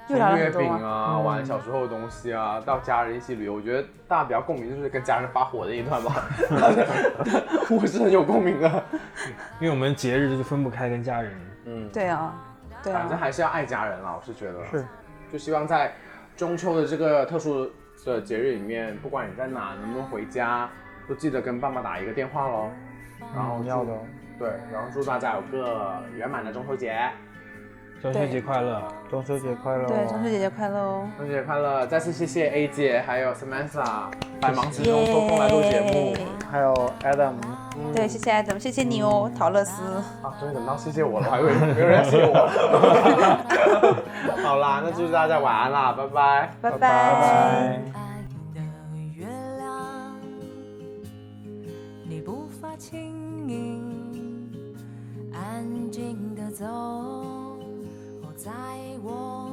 Speaker 7: 又聊了
Speaker 4: 从月
Speaker 7: 很多
Speaker 4: 饼
Speaker 7: 吗
Speaker 4: 啊，玩小时候的东西啊，到家人一起旅游，我觉得大家比较共鸣就是跟家人发火的一段吧， 我是很有共鸣的。
Speaker 6: 因为我们节日就分不开跟家人。
Speaker 7: 对啊，对
Speaker 4: 反正
Speaker 7: 啊，
Speaker 4: 还是要爱家人啦，我是觉得
Speaker 8: 是，
Speaker 4: 就希望在中秋的这个特殊的节日里面，不管你在哪，能不能回家，都记得跟爸妈打一个电话喽。然后
Speaker 8: 要
Speaker 4: 祝
Speaker 8: 的。
Speaker 4: 对，然后祝大家有个圆满的中秋节，
Speaker 6: 中秋节快乐！啊
Speaker 8: 中秋节快乐哦！
Speaker 7: 对，中秋姐姐快乐哦。
Speaker 4: 中秋节快乐！再次谢谢 A 姐还有 Samantha 百忙之中抽空来录节目。
Speaker 8: 还有 Adam，
Speaker 7: 对，谢谢艾总，谢谢你哦，陶乐斯。
Speaker 4: 啊，终于等到谢谢我了，我还以为没有人谢 我。好啦，那祝大家晚安啦，拜拜。
Speaker 7: 拜拜。
Speaker 11: 爱的月亮，你步伐轻盈，安静地走在我